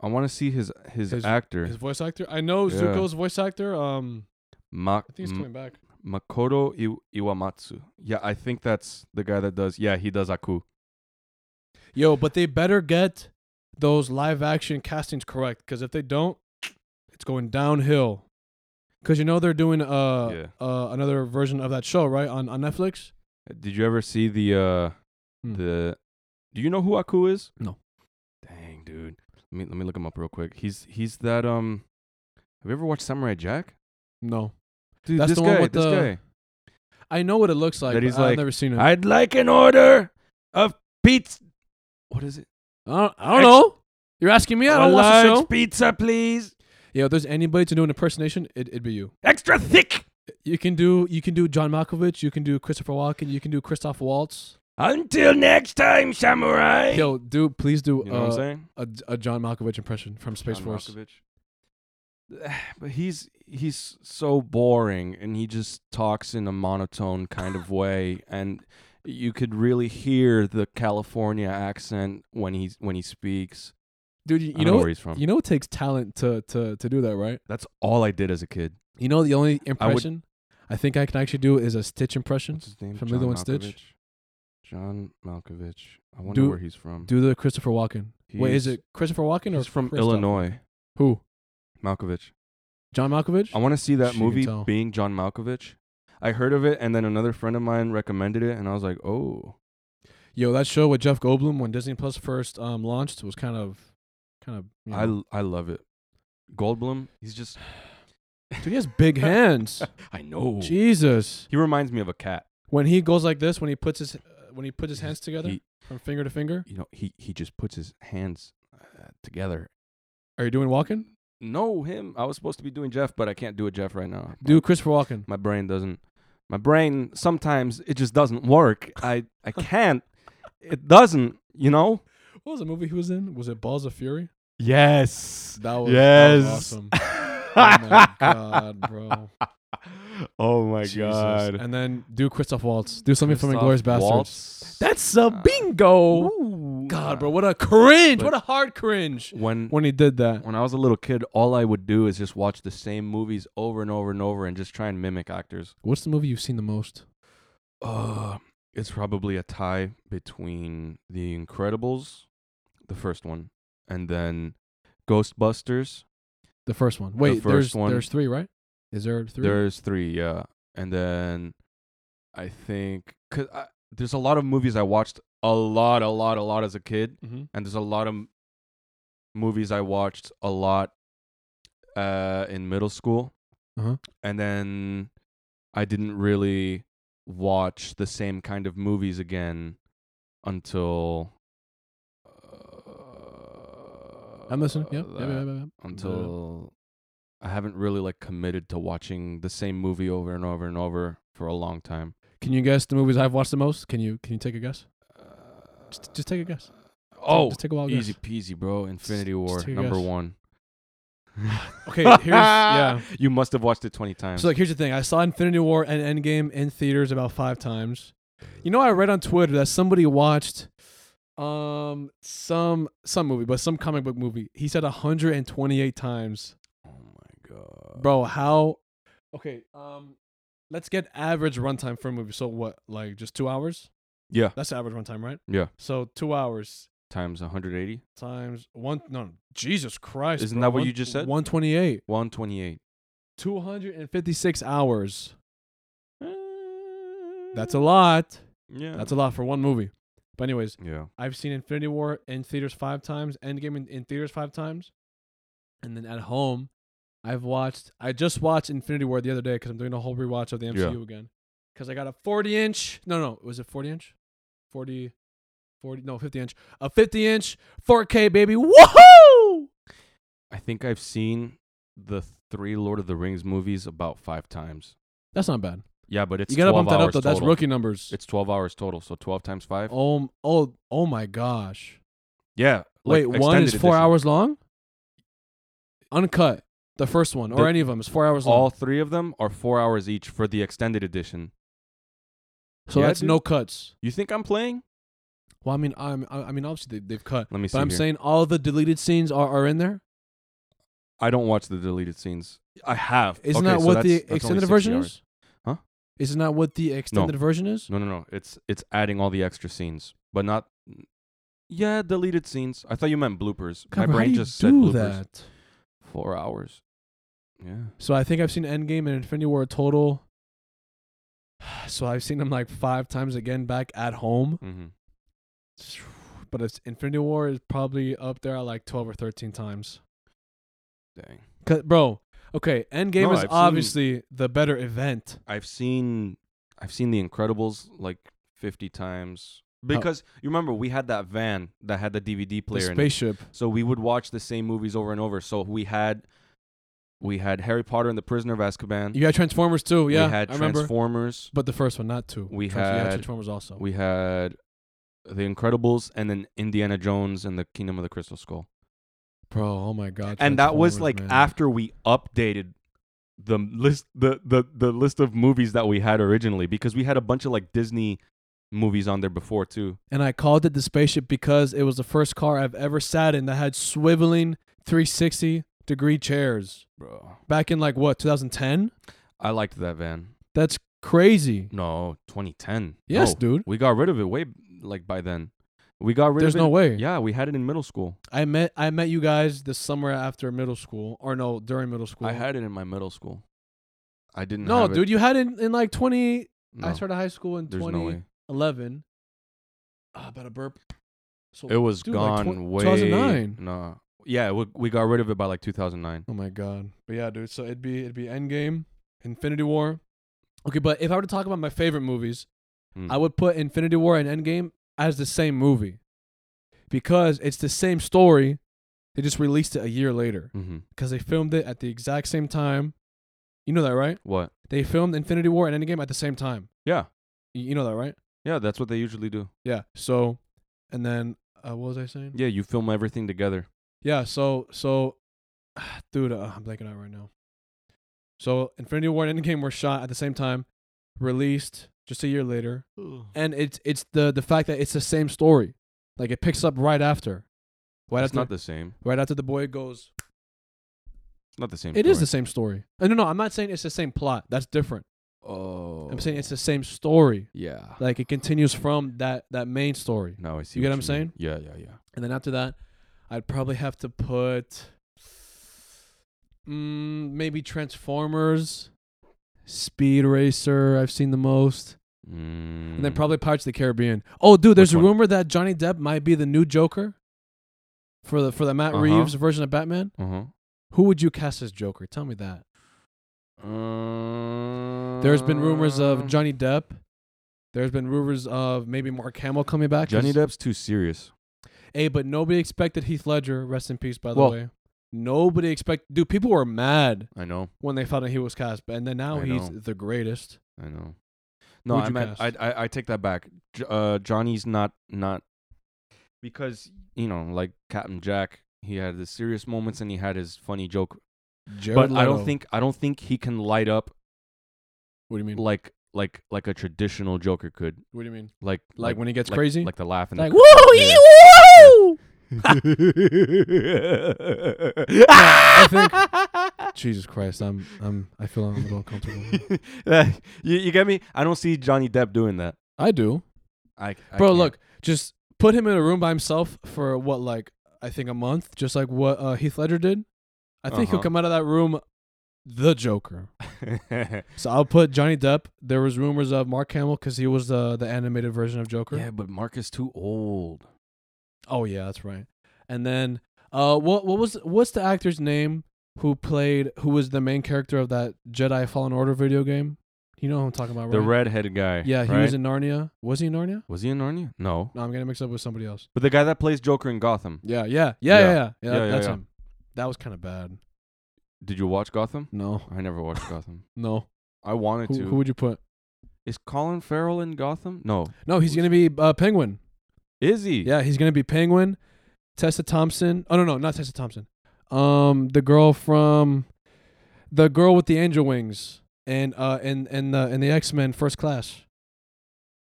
[SPEAKER 1] I want to see his his,
[SPEAKER 2] His-
[SPEAKER 1] actor,
[SPEAKER 2] His voice actor? I know
[SPEAKER 1] Yeah. Mm-hmm.
[SPEAKER 2] Zuko's voice actor. Um
[SPEAKER 1] Ma-
[SPEAKER 2] I think he's
[SPEAKER 1] M-
[SPEAKER 2] coming back.
[SPEAKER 1] Makoto I- Iwamatsu. Yeah, I think that's the guy that does. Yeah, he does Aku.
[SPEAKER 2] Yo, but they better get those live action castings correct because if they don't, it's going downhill. Cause you know they're doing uh
[SPEAKER 1] Yeah.
[SPEAKER 2] uh another version of that show right on on Netflix.
[SPEAKER 1] Did you ever see the uh
[SPEAKER 2] Hmm.
[SPEAKER 1] the Do you know who Aku is?
[SPEAKER 2] No.
[SPEAKER 1] Dang, dude. Let me let me look him up real quick. He's he's that um Have you ever watched Samurai Jack?
[SPEAKER 2] No,
[SPEAKER 1] Dude,
[SPEAKER 2] That's
[SPEAKER 1] this
[SPEAKER 2] the one
[SPEAKER 1] guy,
[SPEAKER 2] with
[SPEAKER 1] this
[SPEAKER 2] the- I know what it looks like.
[SPEAKER 1] That
[SPEAKER 2] but
[SPEAKER 1] he's
[SPEAKER 2] I've
[SPEAKER 1] like,
[SPEAKER 2] never seen it.
[SPEAKER 1] guy. I'd like an order of pizza. What is it?
[SPEAKER 2] I don't, I don't
[SPEAKER 1] Ex-
[SPEAKER 2] know. You're asking me. I don't
[SPEAKER 1] a
[SPEAKER 2] watch the
[SPEAKER 1] large
[SPEAKER 2] show.
[SPEAKER 1] pizza, please.
[SPEAKER 2] yeah, if there's anybody to do an impersonation, it, it'd be you.
[SPEAKER 1] Extra thick.
[SPEAKER 2] You can do. You can do John Malkovich. You can do Christopher Walken. You can do Christoph Waltz.
[SPEAKER 1] Until next time, samurai.
[SPEAKER 2] Yo, do please do
[SPEAKER 1] you know what I'm
[SPEAKER 2] uh,
[SPEAKER 1] saying?
[SPEAKER 2] a, a John Malkovich impression from Space
[SPEAKER 1] John
[SPEAKER 2] Force.
[SPEAKER 1] Malkovich. But he's he's so boring, and he just talks in a monotone kind of way, and you could really hear the California accent when he's when he speaks.
[SPEAKER 2] Dude, you,
[SPEAKER 1] I
[SPEAKER 2] you
[SPEAKER 1] don't
[SPEAKER 2] know.
[SPEAKER 1] know
[SPEAKER 2] what-
[SPEAKER 1] where he's from.
[SPEAKER 2] You know it takes talent to to to do that, right?
[SPEAKER 1] That's all I did as a kid.
[SPEAKER 2] You know the only impression I, think I can actually do is a Stitch impression.
[SPEAKER 1] What's his name?
[SPEAKER 2] From
[SPEAKER 1] John
[SPEAKER 2] Lilo and Stitch?
[SPEAKER 1] Malkovich. John Malkovich. I wonder
[SPEAKER 2] Do-
[SPEAKER 1] where he's from.
[SPEAKER 2] Do the Christopher Walken. Wait, is
[SPEAKER 1] He's-
[SPEAKER 2] it Christopher Walken or
[SPEAKER 1] He's from
[SPEAKER 2] Christoph?
[SPEAKER 1] Illinois.
[SPEAKER 2] Who?
[SPEAKER 1] Malkovich.
[SPEAKER 2] John Malkovich?
[SPEAKER 1] I want to see that
[SPEAKER 2] She can
[SPEAKER 1] movie
[SPEAKER 2] tell.
[SPEAKER 1] being John Malkovich. I heard of it, and then another friend of mine recommended it, and I was like, "Oh,
[SPEAKER 2] Yo, that show with Jeff Goldblum when Disney Plus first um, launched was kind of, kind of. You
[SPEAKER 1] I
[SPEAKER 2] know,
[SPEAKER 1] l- I love it." Goldblum, he's just
[SPEAKER 2] dude, he has big hands.
[SPEAKER 1] I know.
[SPEAKER 2] Jesus,
[SPEAKER 1] He reminds me of a cat.
[SPEAKER 2] when he goes like this, when he puts his, uh, when he puts his hands together
[SPEAKER 1] He,
[SPEAKER 2] from finger to finger.
[SPEAKER 1] you know, he he just puts his hands uh, together.
[SPEAKER 2] Are you doing Walken?
[SPEAKER 1] No, him. I was supposed to be doing Jeff, but I can't do a Jeff right now.
[SPEAKER 2] Do Christopher Walken?
[SPEAKER 1] my brain doesn't. My brain sometimes it just doesn't work. I I can't. It doesn't. You know.
[SPEAKER 2] What was the movie he was in? Was it Balls of Fury?
[SPEAKER 1] Yes.
[SPEAKER 2] Oh That was, that was awesome. Oh my god, bro.
[SPEAKER 1] Oh my
[SPEAKER 2] Jesus.
[SPEAKER 1] god.
[SPEAKER 2] And then do Christoph Waltz. Do something from
[SPEAKER 1] Christoph
[SPEAKER 2] Inglorious Bastards.
[SPEAKER 1] Waltz. Ah. Uh, oh,
[SPEAKER 2] That's a bingo. God, bro, what a cringe. What a hard cringe
[SPEAKER 1] When
[SPEAKER 2] when he did that.
[SPEAKER 1] when I was a little kid, all I would do is just watch the same movies over and over and over and just try and mimic actors.
[SPEAKER 2] What's the movie you've seen the most?
[SPEAKER 1] Uh, it's probably a tie between The Incredibles, the first one, and then Ghostbusters.
[SPEAKER 2] The first one. Wait,
[SPEAKER 1] first
[SPEAKER 2] there's
[SPEAKER 1] one.
[SPEAKER 2] there's three, right? Is there three?
[SPEAKER 1] There's three, yeah, and then I think cause I, there's a lot of movies I watched a lot, a lot, a lot as a kid,
[SPEAKER 2] mm-hmm.
[SPEAKER 1] and there's a lot of m- movies I watched a lot uh, in middle school,
[SPEAKER 2] Uh-huh.
[SPEAKER 1] and then I didn't really watch the same kind of movies again until. Uh,
[SPEAKER 2] I'm listening. Yeah. yeah,
[SPEAKER 1] that-
[SPEAKER 2] yeah, yeah, yeah.
[SPEAKER 1] until I haven't really like committed to watching the same movie over and over and over for a long time.
[SPEAKER 2] Can you guess the movies I've watched the most? Can you can you take a guess? Just, just take a guess.
[SPEAKER 1] Oh,
[SPEAKER 2] just take a wild
[SPEAKER 1] easy
[SPEAKER 2] guess.
[SPEAKER 1] peasy, bro. Infinity
[SPEAKER 2] just
[SPEAKER 1] War
[SPEAKER 2] take a
[SPEAKER 1] number
[SPEAKER 2] guess.
[SPEAKER 1] one.
[SPEAKER 2] Okay, here's yeah.
[SPEAKER 1] You must have watched it twenty times.
[SPEAKER 2] So like, here's the thing. I saw Infinity War and Endgame in theaters about five times. You know, I read on Twitter that somebody watched um some some movie, but some comic book movie. He said 128 times.
[SPEAKER 1] oh my god,
[SPEAKER 2] Bro, how? Um, Okay, um, let's get average runtime for a movie. So what? Like just two hours?
[SPEAKER 1] Yeah,
[SPEAKER 2] That's average runtime, right?
[SPEAKER 1] yeah.
[SPEAKER 2] So two hours
[SPEAKER 1] Times one hundred eighty.
[SPEAKER 2] times one. No, Jesus Christ!
[SPEAKER 1] Isn't
[SPEAKER 2] bro,
[SPEAKER 1] that what
[SPEAKER 2] one-
[SPEAKER 1] you just said?
[SPEAKER 2] 128,
[SPEAKER 1] One twenty eight.
[SPEAKER 2] 256 hours. Eh. That's a lot.
[SPEAKER 1] Yeah.
[SPEAKER 2] That's a lot for one movie. But anyways,
[SPEAKER 1] yeah.
[SPEAKER 2] I've seen Infinity War in theaters five times, Endgame in, in theaters five times, and then at home, I've watched. I just watched Infinity War the other day because I'm doing a whole rewatch of the MCU again. Because I got a 40 inch. No, no, was it 40 inch? 40, 40, no, 50 inch. A 50 inch 4K baby. Woohoo!
[SPEAKER 1] I think I've seen the three Lord of the Rings movies about five times.
[SPEAKER 2] That's not bad.
[SPEAKER 1] Yeah, but it's
[SPEAKER 2] you gotta
[SPEAKER 1] 12
[SPEAKER 2] bump that up
[SPEAKER 1] hours
[SPEAKER 2] though. That's
[SPEAKER 1] total.
[SPEAKER 2] rookie numbers.
[SPEAKER 1] It's 12 hours total, so 12 times 5.
[SPEAKER 2] oh, oh, oh my gosh.
[SPEAKER 1] Yeah.
[SPEAKER 2] Wait,
[SPEAKER 1] like
[SPEAKER 2] one is
[SPEAKER 1] extended
[SPEAKER 2] four
[SPEAKER 1] edition.
[SPEAKER 2] hours long? Uncut. The first one, or
[SPEAKER 1] The-
[SPEAKER 2] any of them, is four hours long.
[SPEAKER 1] All three of them are 4 hours each for the extended edition.
[SPEAKER 2] so
[SPEAKER 1] yeah,
[SPEAKER 2] that's
[SPEAKER 1] dude.
[SPEAKER 2] no cuts.
[SPEAKER 1] You think I'm playing?
[SPEAKER 2] Well, I mean, I'm, I I mean, obviously they, they've cut.
[SPEAKER 1] Let me
[SPEAKER 2] But
[SPEAKER 1] see
[SPEAKER 2] I'm
[SPEAKER 1] here.
[SPEAKER 2] saying all the deleted scenes are, are in there.
[SPEAKER 1] I don't watch the deleted scenes. I have.
[SPEAKER 2] Isn't
[SPEAKER 1] Okay,
[SPEAKER 2] that
[SPEAKER 1] so
[SPEAKER 2] what
[SPEAKER 1] that's-
[SPEAKER 2] the
[SPEAKER 1] that's only
[SPEAKER 2] extended
[SPEAKER 1] 60
[SPEAKER 2] version
[SPEAKER 1] hours.
[SPEAKER 2] is?
[SPEAKER 1] Huh?
[SPEAKER 2] Isn't that what the extended version is?
[SPEAKER 1] No, no, no. It's it's adding all the extra scenes, but not Yeah, deleted scenes. I thought you meant bloopers.
[SPEAKER 2] God,
[SPEAKER 1] My
[SPEAKER 2] bro, how
[SPEAKER 1] brain
[SPEAKER 2] do you
[SPEAKER 1] just said
[SPEAKER 2] do
[SPEAKER 1] bloopers.
[SPEAKER 2] that.
[SPEAKER 1] 4 hours. Yeah.
[SPEAKER 2] So I think I've seen Endgame and Infinity War total. So I've seen them like five times again back at home.
[SPEAKER 1] Mhm.
[SPEAKER 2] But it's, Infinity War is probably up there at like twelve or thirteen times.
[SPEAKER 1] Dang.
[SPEAKER 2] Cause, bro, okay, Endgame
[SPEAKER 1] No,
[SPEAKER 2] is
[SPEAKER 1] I've seen-
[SPEAKER 2] obviously the better event.
[SPEAKER 1] I've seen I've seen The Incredibles like 50 times because you remember we had that van that had the DVD
[SPEAKER 2] The
[SPEAKER 1] player in it.
[SPEAKER 2] spaceship.
[SPEAKER 1] So we would watch the same movies over and over. So we had we had Harry Potter and the Prisoner of Azkaban.
[SPEAKER 2] You had Transformers too, oh, yeah.
[SPEAKER 1] we had
[SPEAKER 2] I remember.
[SPEAKER 1] Transformers.
[SPEAKER 2] but the first one, not two.
[SPEAKER 1] We
[SPEAKER 2] Trans- you
[SPEAKER 1] had-
[SPEAKER 2] Transformers also.
[SPEAKER 1] We had The Incredibles and then Indiana Jones and the Kingdom of the Crystal Skull.
[SPEAKER 2] bro, oh my god.
[SPEAKER 1] and that was
[SPEAKER 2] Transformers,
[SPEAKER 1] like
[SPEAKER 2] man.
[SPEAKER 1] after we updated the list the, the the list of movies that we had originally because we had a bunch of like Disney movies on there before too.
[SPEAKER 2] And I called it the spaceship because it was the first car I've ever sat in that had swiveling 360 degree chairs.
[SPEAKER 1] Bro.
[SPEAKER 2] Back in like what 2010?
[SPEAKER 1] I liked that van.
[SPEAKER 2] That's crazy.
[SPEAKER 1] No, 2010.
[SPEAKER 2] Yes,
[SPEAKER 1] No,
[SPEAKER 2] dude.
[SPEAKER 1] We got rid of it way like by then. We got rid
[SPEAKER 2] There's
[SPEAKER 1] of it.
[SPEAKER 2] no way.
[SPEAKER 1] Yeah, we had it in middle school.
[SPEAKER 2] I met I met you guys this summer after middle school, or no, during middle school.
[SPEAKER 1] I had it in my middle school. I didn't.
[SPEAKER 2] no,
[SPEAKER 1] have it-
[SPEAKER 2] dude, you had it in, in like 20, I
[SPEAKER 1] No,
[SPEAKER 2] started high school in
[SPEAKER 1] There's no way.
[SPEAKER 2] 2011. Ah, about a burp. So
[SPEAKER 1] It was
[SPEAKER 2] dude, like
[SPEAKER 1] gone
[SPEAKER 2] tw-
[SPEAKER 1] way.
[SPEAKER 2] 2009.
[SPEAKER 1] No. Yeah, we, we got rid of it by like 2009.
[SPEAKER 2] Oh my god. But yeah, dude. So it'd be it'd be Endgame, Infinity War. Okay, but if I were to talk about my favorite movies,
[SPEAKER 1] Mm.
[SPEAKER 2] I would put Infinity War and Endgame as the same movie because it's the same story. They just released it a year later
[SPEAKER 1] Mm-hmm.
[SPEAKER 2] because they filmed it at the exact same time. You know that, right?
[SPEAKER 1] What?
[SPEAKER 2] They filmed Infinity War and Endgame at the same time.
[SPEAKER 1] Yeah.
[SPEAKER 2] Y- You know that, right?
[SPEAKER 1] Yeah, that's what they usually do.
[SPEAKER 2] Yeah. So, and then uh, what was I saying?
[SPEAKER 1] Yeah, you film everything together.
[SPEAKER 2] Yeah, so so, dude, uh, I'm blanking out right now. So Infinity War and Endgame were shot at the same time, released just a year later, and it's it's the the fact that it's the same story, like it picks up right after, right
[SPEAKER 1] it's
[SPEAKER 2] after
[SPEAKER 1] not the same.
[SPEAKER 2] right after the boy goes.
[SPEAKER 1] It's not the same.
[SPEAKER 2] It is the
[SPEAKER 1] story.
[SPEAKER 2] same story. Uh, No, no, I'm not saying it's the same plot. That's different.
[SPEAKER 1] Oh,
[SPEAKER 2] I'm saying it's the same story.
[SPEAKER 1] yeah.
[SPEAKER 2] Like it continues from that that main story.
[SPEAKER 1] No, I see.
[SPEAKER 2] You get
[SPEAKER 1] what
[SPEAKER 2] what I'm
[SPEAKER 1] mean. Yeah, yeah, yeah.
[SPEAKER 2] And then after that, I'd probably have to put mm, maybe Transformers, Speed Racer. I've seen the most,
[SPEAKER 1] Mm.
[SPEAKER 2] and then probably Pirates of the Caribbean. Oh, dude, there's
[SPEAKER 1] Which
[SPEAKER 2] a
[SPEAKER 1] one?
[SPEAKER 2] rumor that Johnny Depp might be the new Joker for the for the Matt
[SPEAKER 1] Uh-huh.
[SPEAKER 2] Reeves version of Batman.
[SPEAKER 1] Uh
[SPEAKER 2] Who would you cast as Joker? Tell me that.
[SPEAKER 1] huh.
[SPEAKER 2] There's been rumors
[SPEAKER 1] Uh,
[SPEAKER 2] of Johnny Depp. There's been rumors of maybe Mark Hamill coming back.
[SPEAKER 1] Johnny
[SPEAKER 2] as-
[SPEAKER 1] Depp's too serious.
[SPEAKER 2] Hey, but nobody expected Heath Ledger. Rest in peace, by the
[SPEAKER 1] Well-
[SPEAKER 2] way. Nobody expect. Dude, people were mad
[SPEAKER 1] I know.
[SPEAKER 2] when they found out he was cast, but- and then now
[SPEAKER 1] I
[SPEAKER 2] he's
[SPEAKER 1] know.
[SPEAKER 2] the greatest.
[SPEAKER 1] I know. No,
[SPEAKER 2] Who'd
[SPEAKER 1] I
[SPEAKER 2] you
[SPEAKER 1] meant I,
[SPEAKER 2] cast?
[SPEAKER 1] I I take that back. J- uh, Johnny's not not because you know like Captain Jack, he had the serious moments and he had his funny joke.
[SPEAKER 2] Jared
[SPEAKER 1] but I
[SPEAKER 2] Leto.
[SPEAKER 1] don't think I don't think he can light up
[SPEAKER 2] What do you mean?
[SPEAKER 1] like like like a traditional Joker could.
[SPEAKER 2] What do you mean?
[SPEAKER 1] Like
[SPEAKER 2] Like when he gets crazy?
[SPEAKER 1] like the laugh and
[SPEAKER 2] Like
[SPEAKER 1] the
[SPEAKER 2] woo,
[SPEAKER 1] yeah.
[SPEAKER 2] woo!
[SPEAKER 1] I
[SPEAKER 2] Jesus Christ, I'm, I'm, I feel I'm a little uncomfortable.
[SPEAKER 1] you, you get me? I don't see Johnny Depp doing that.
[SPEAKER 2] I do,
[SPEAKER 1] I, I
[SPEAKER 2] bro.
[SPEAKER 1] can't.
[SPEAKER 2] Look, just put him in a room by himself for what, like, I think a month, just like what uh, Heath Ledger did. I think he'll
[SPEAKER 1] Uh-huh.
[SPEAKER 2] come out of that room, the Joker. So I'll put Johnny Depp. There was rumors of Mark Hamill because he was the the animated version of Joker.
[SPEAKER 1] yeah, but Mark is too old.
[SPEAKER 2] Oh yeah, that's right. And then uh what what was what's the actor's name who played who was the main character of that Jedi Fallen Order video game? You know who I'm talking about, Oh, right?
[SPEAKER 1] The redheaded guy.
[SPEAKER 2] Yeah, he
[SPEAKER 1] right?
[SPEAKER 2] was in Narnia. Was he in Narnia?
[SPEAKER 1] Was he in Narnia? No.
[SPEAKER 2] No, I'm getting mixed up with somebody else.
[SPEAKER 1] But the guy that plays Joker in Gotham.
[SPEAKER 2] Yeah, yeah, yeah, yeah, yeah.
[SPEAKER 1] Yeah.
[SPEAKER 2] yeah,
[SPEAKER 1] Yeah, yeah,
[SPEAKER 2] that's
[SPEAKER 1] yeah.
[SPEAKER 2] him. That was kind of bad.
[SPEAKER 1] Did you watch Gotham?
[SPEAKER 2] No,
[SPEAKER 1] I never watched Gotham.
[SPEAKER 2] no.
[SPEAKER 1] I wanted
[SPEAKER 2] Who,
[SPEAKER 1] to.
[SPEAKER 2] who would you put?
[SPEAKER 1] is Colin Farrell in Gotham? No.
[SPEAKER 2] No, he's gonna be uh, Penguin.
[SPEAKER 1] Is he?
[SPEAKER 2] Yeah, he's gonna be Penguin. Tessa Thompson. Oh no, no, not Tessa Thompson. Um, the girl from, the girl with the angel wings, and uh, and and the and the X Men First Class.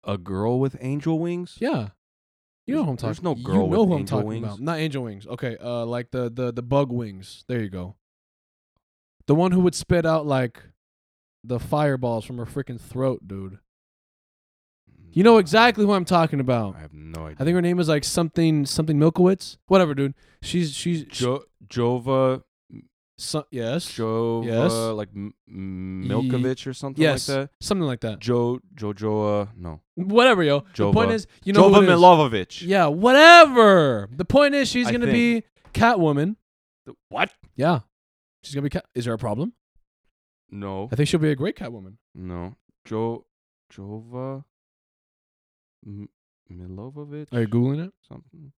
[SPEAKER 1] A girl with angel wings?
[SPEAKER 2] Yeah, you know who I'm
[SPEAKER 1] There's-
[SPEAKER 2] talking.
[SPEAKER 1] there's no
[SPEAKER 2] you
[SPEAKER 1] girl
[SPEAKER 2] know
[SPEAKER 1] with
[SPEAKER 2] who I'm
[SPEAKER 1] angel
[SPEAKER 2] talking
[SPEAKER 1] wings.
[SPEAKER 2] about. Not angel wings. Okay, uh, like the the the bug wings. There you go. The one who would spit out like, the fireballs from her freaking throat, dude. You know exactly who I'm talking about.
[SPEAKER 1] I have no idea.
[SPEAKER 2] I think her name is like something something Milkowitz. Whatever, dude. She's she's
[SPEAKER 1] Jo- Jova
[SPEAKER 2] so, yes.
[SPEAKER 1] Jova
[SPEAKER 2] Yes.
[SPEAKER 1] like M- M- Milkovich or something
[SPEAKER 2] yes,
[SPEAKER 1] like that.
[SPEAKER 2] something like that.
[SPEAKER 1] Jo Jojoa no.
[SPEAKER 2] Whatever, yo. The point
[SPEAKER 1] Jova.
[SPEAKER 2] is, you know, who
[SPEAKER 1] Jova
[SPEAKER 2] it is.
[SPEAKER 1] Milovovich.
[SPEAKER 2] Yeah, whatever. The point is, she's
[SPEAKER 1] I
[SPEAKER 2] gonna
[SPEAKER 1] think.
[SPEAKER 2] be Catwoman.
[SPEAKER 1] The- What?
[SPEAKER 2] Yeah, she's gonna be. Cat- is there a problem?
[SPEAKER 1] No.
[SPEAKER 2] I think she'll be a great Catwoman.
[SPEAKER 1] No. Jo Jova M- Milovovich
[SPEAKER 2] Are you googling it,
[SPEAKER 1] something.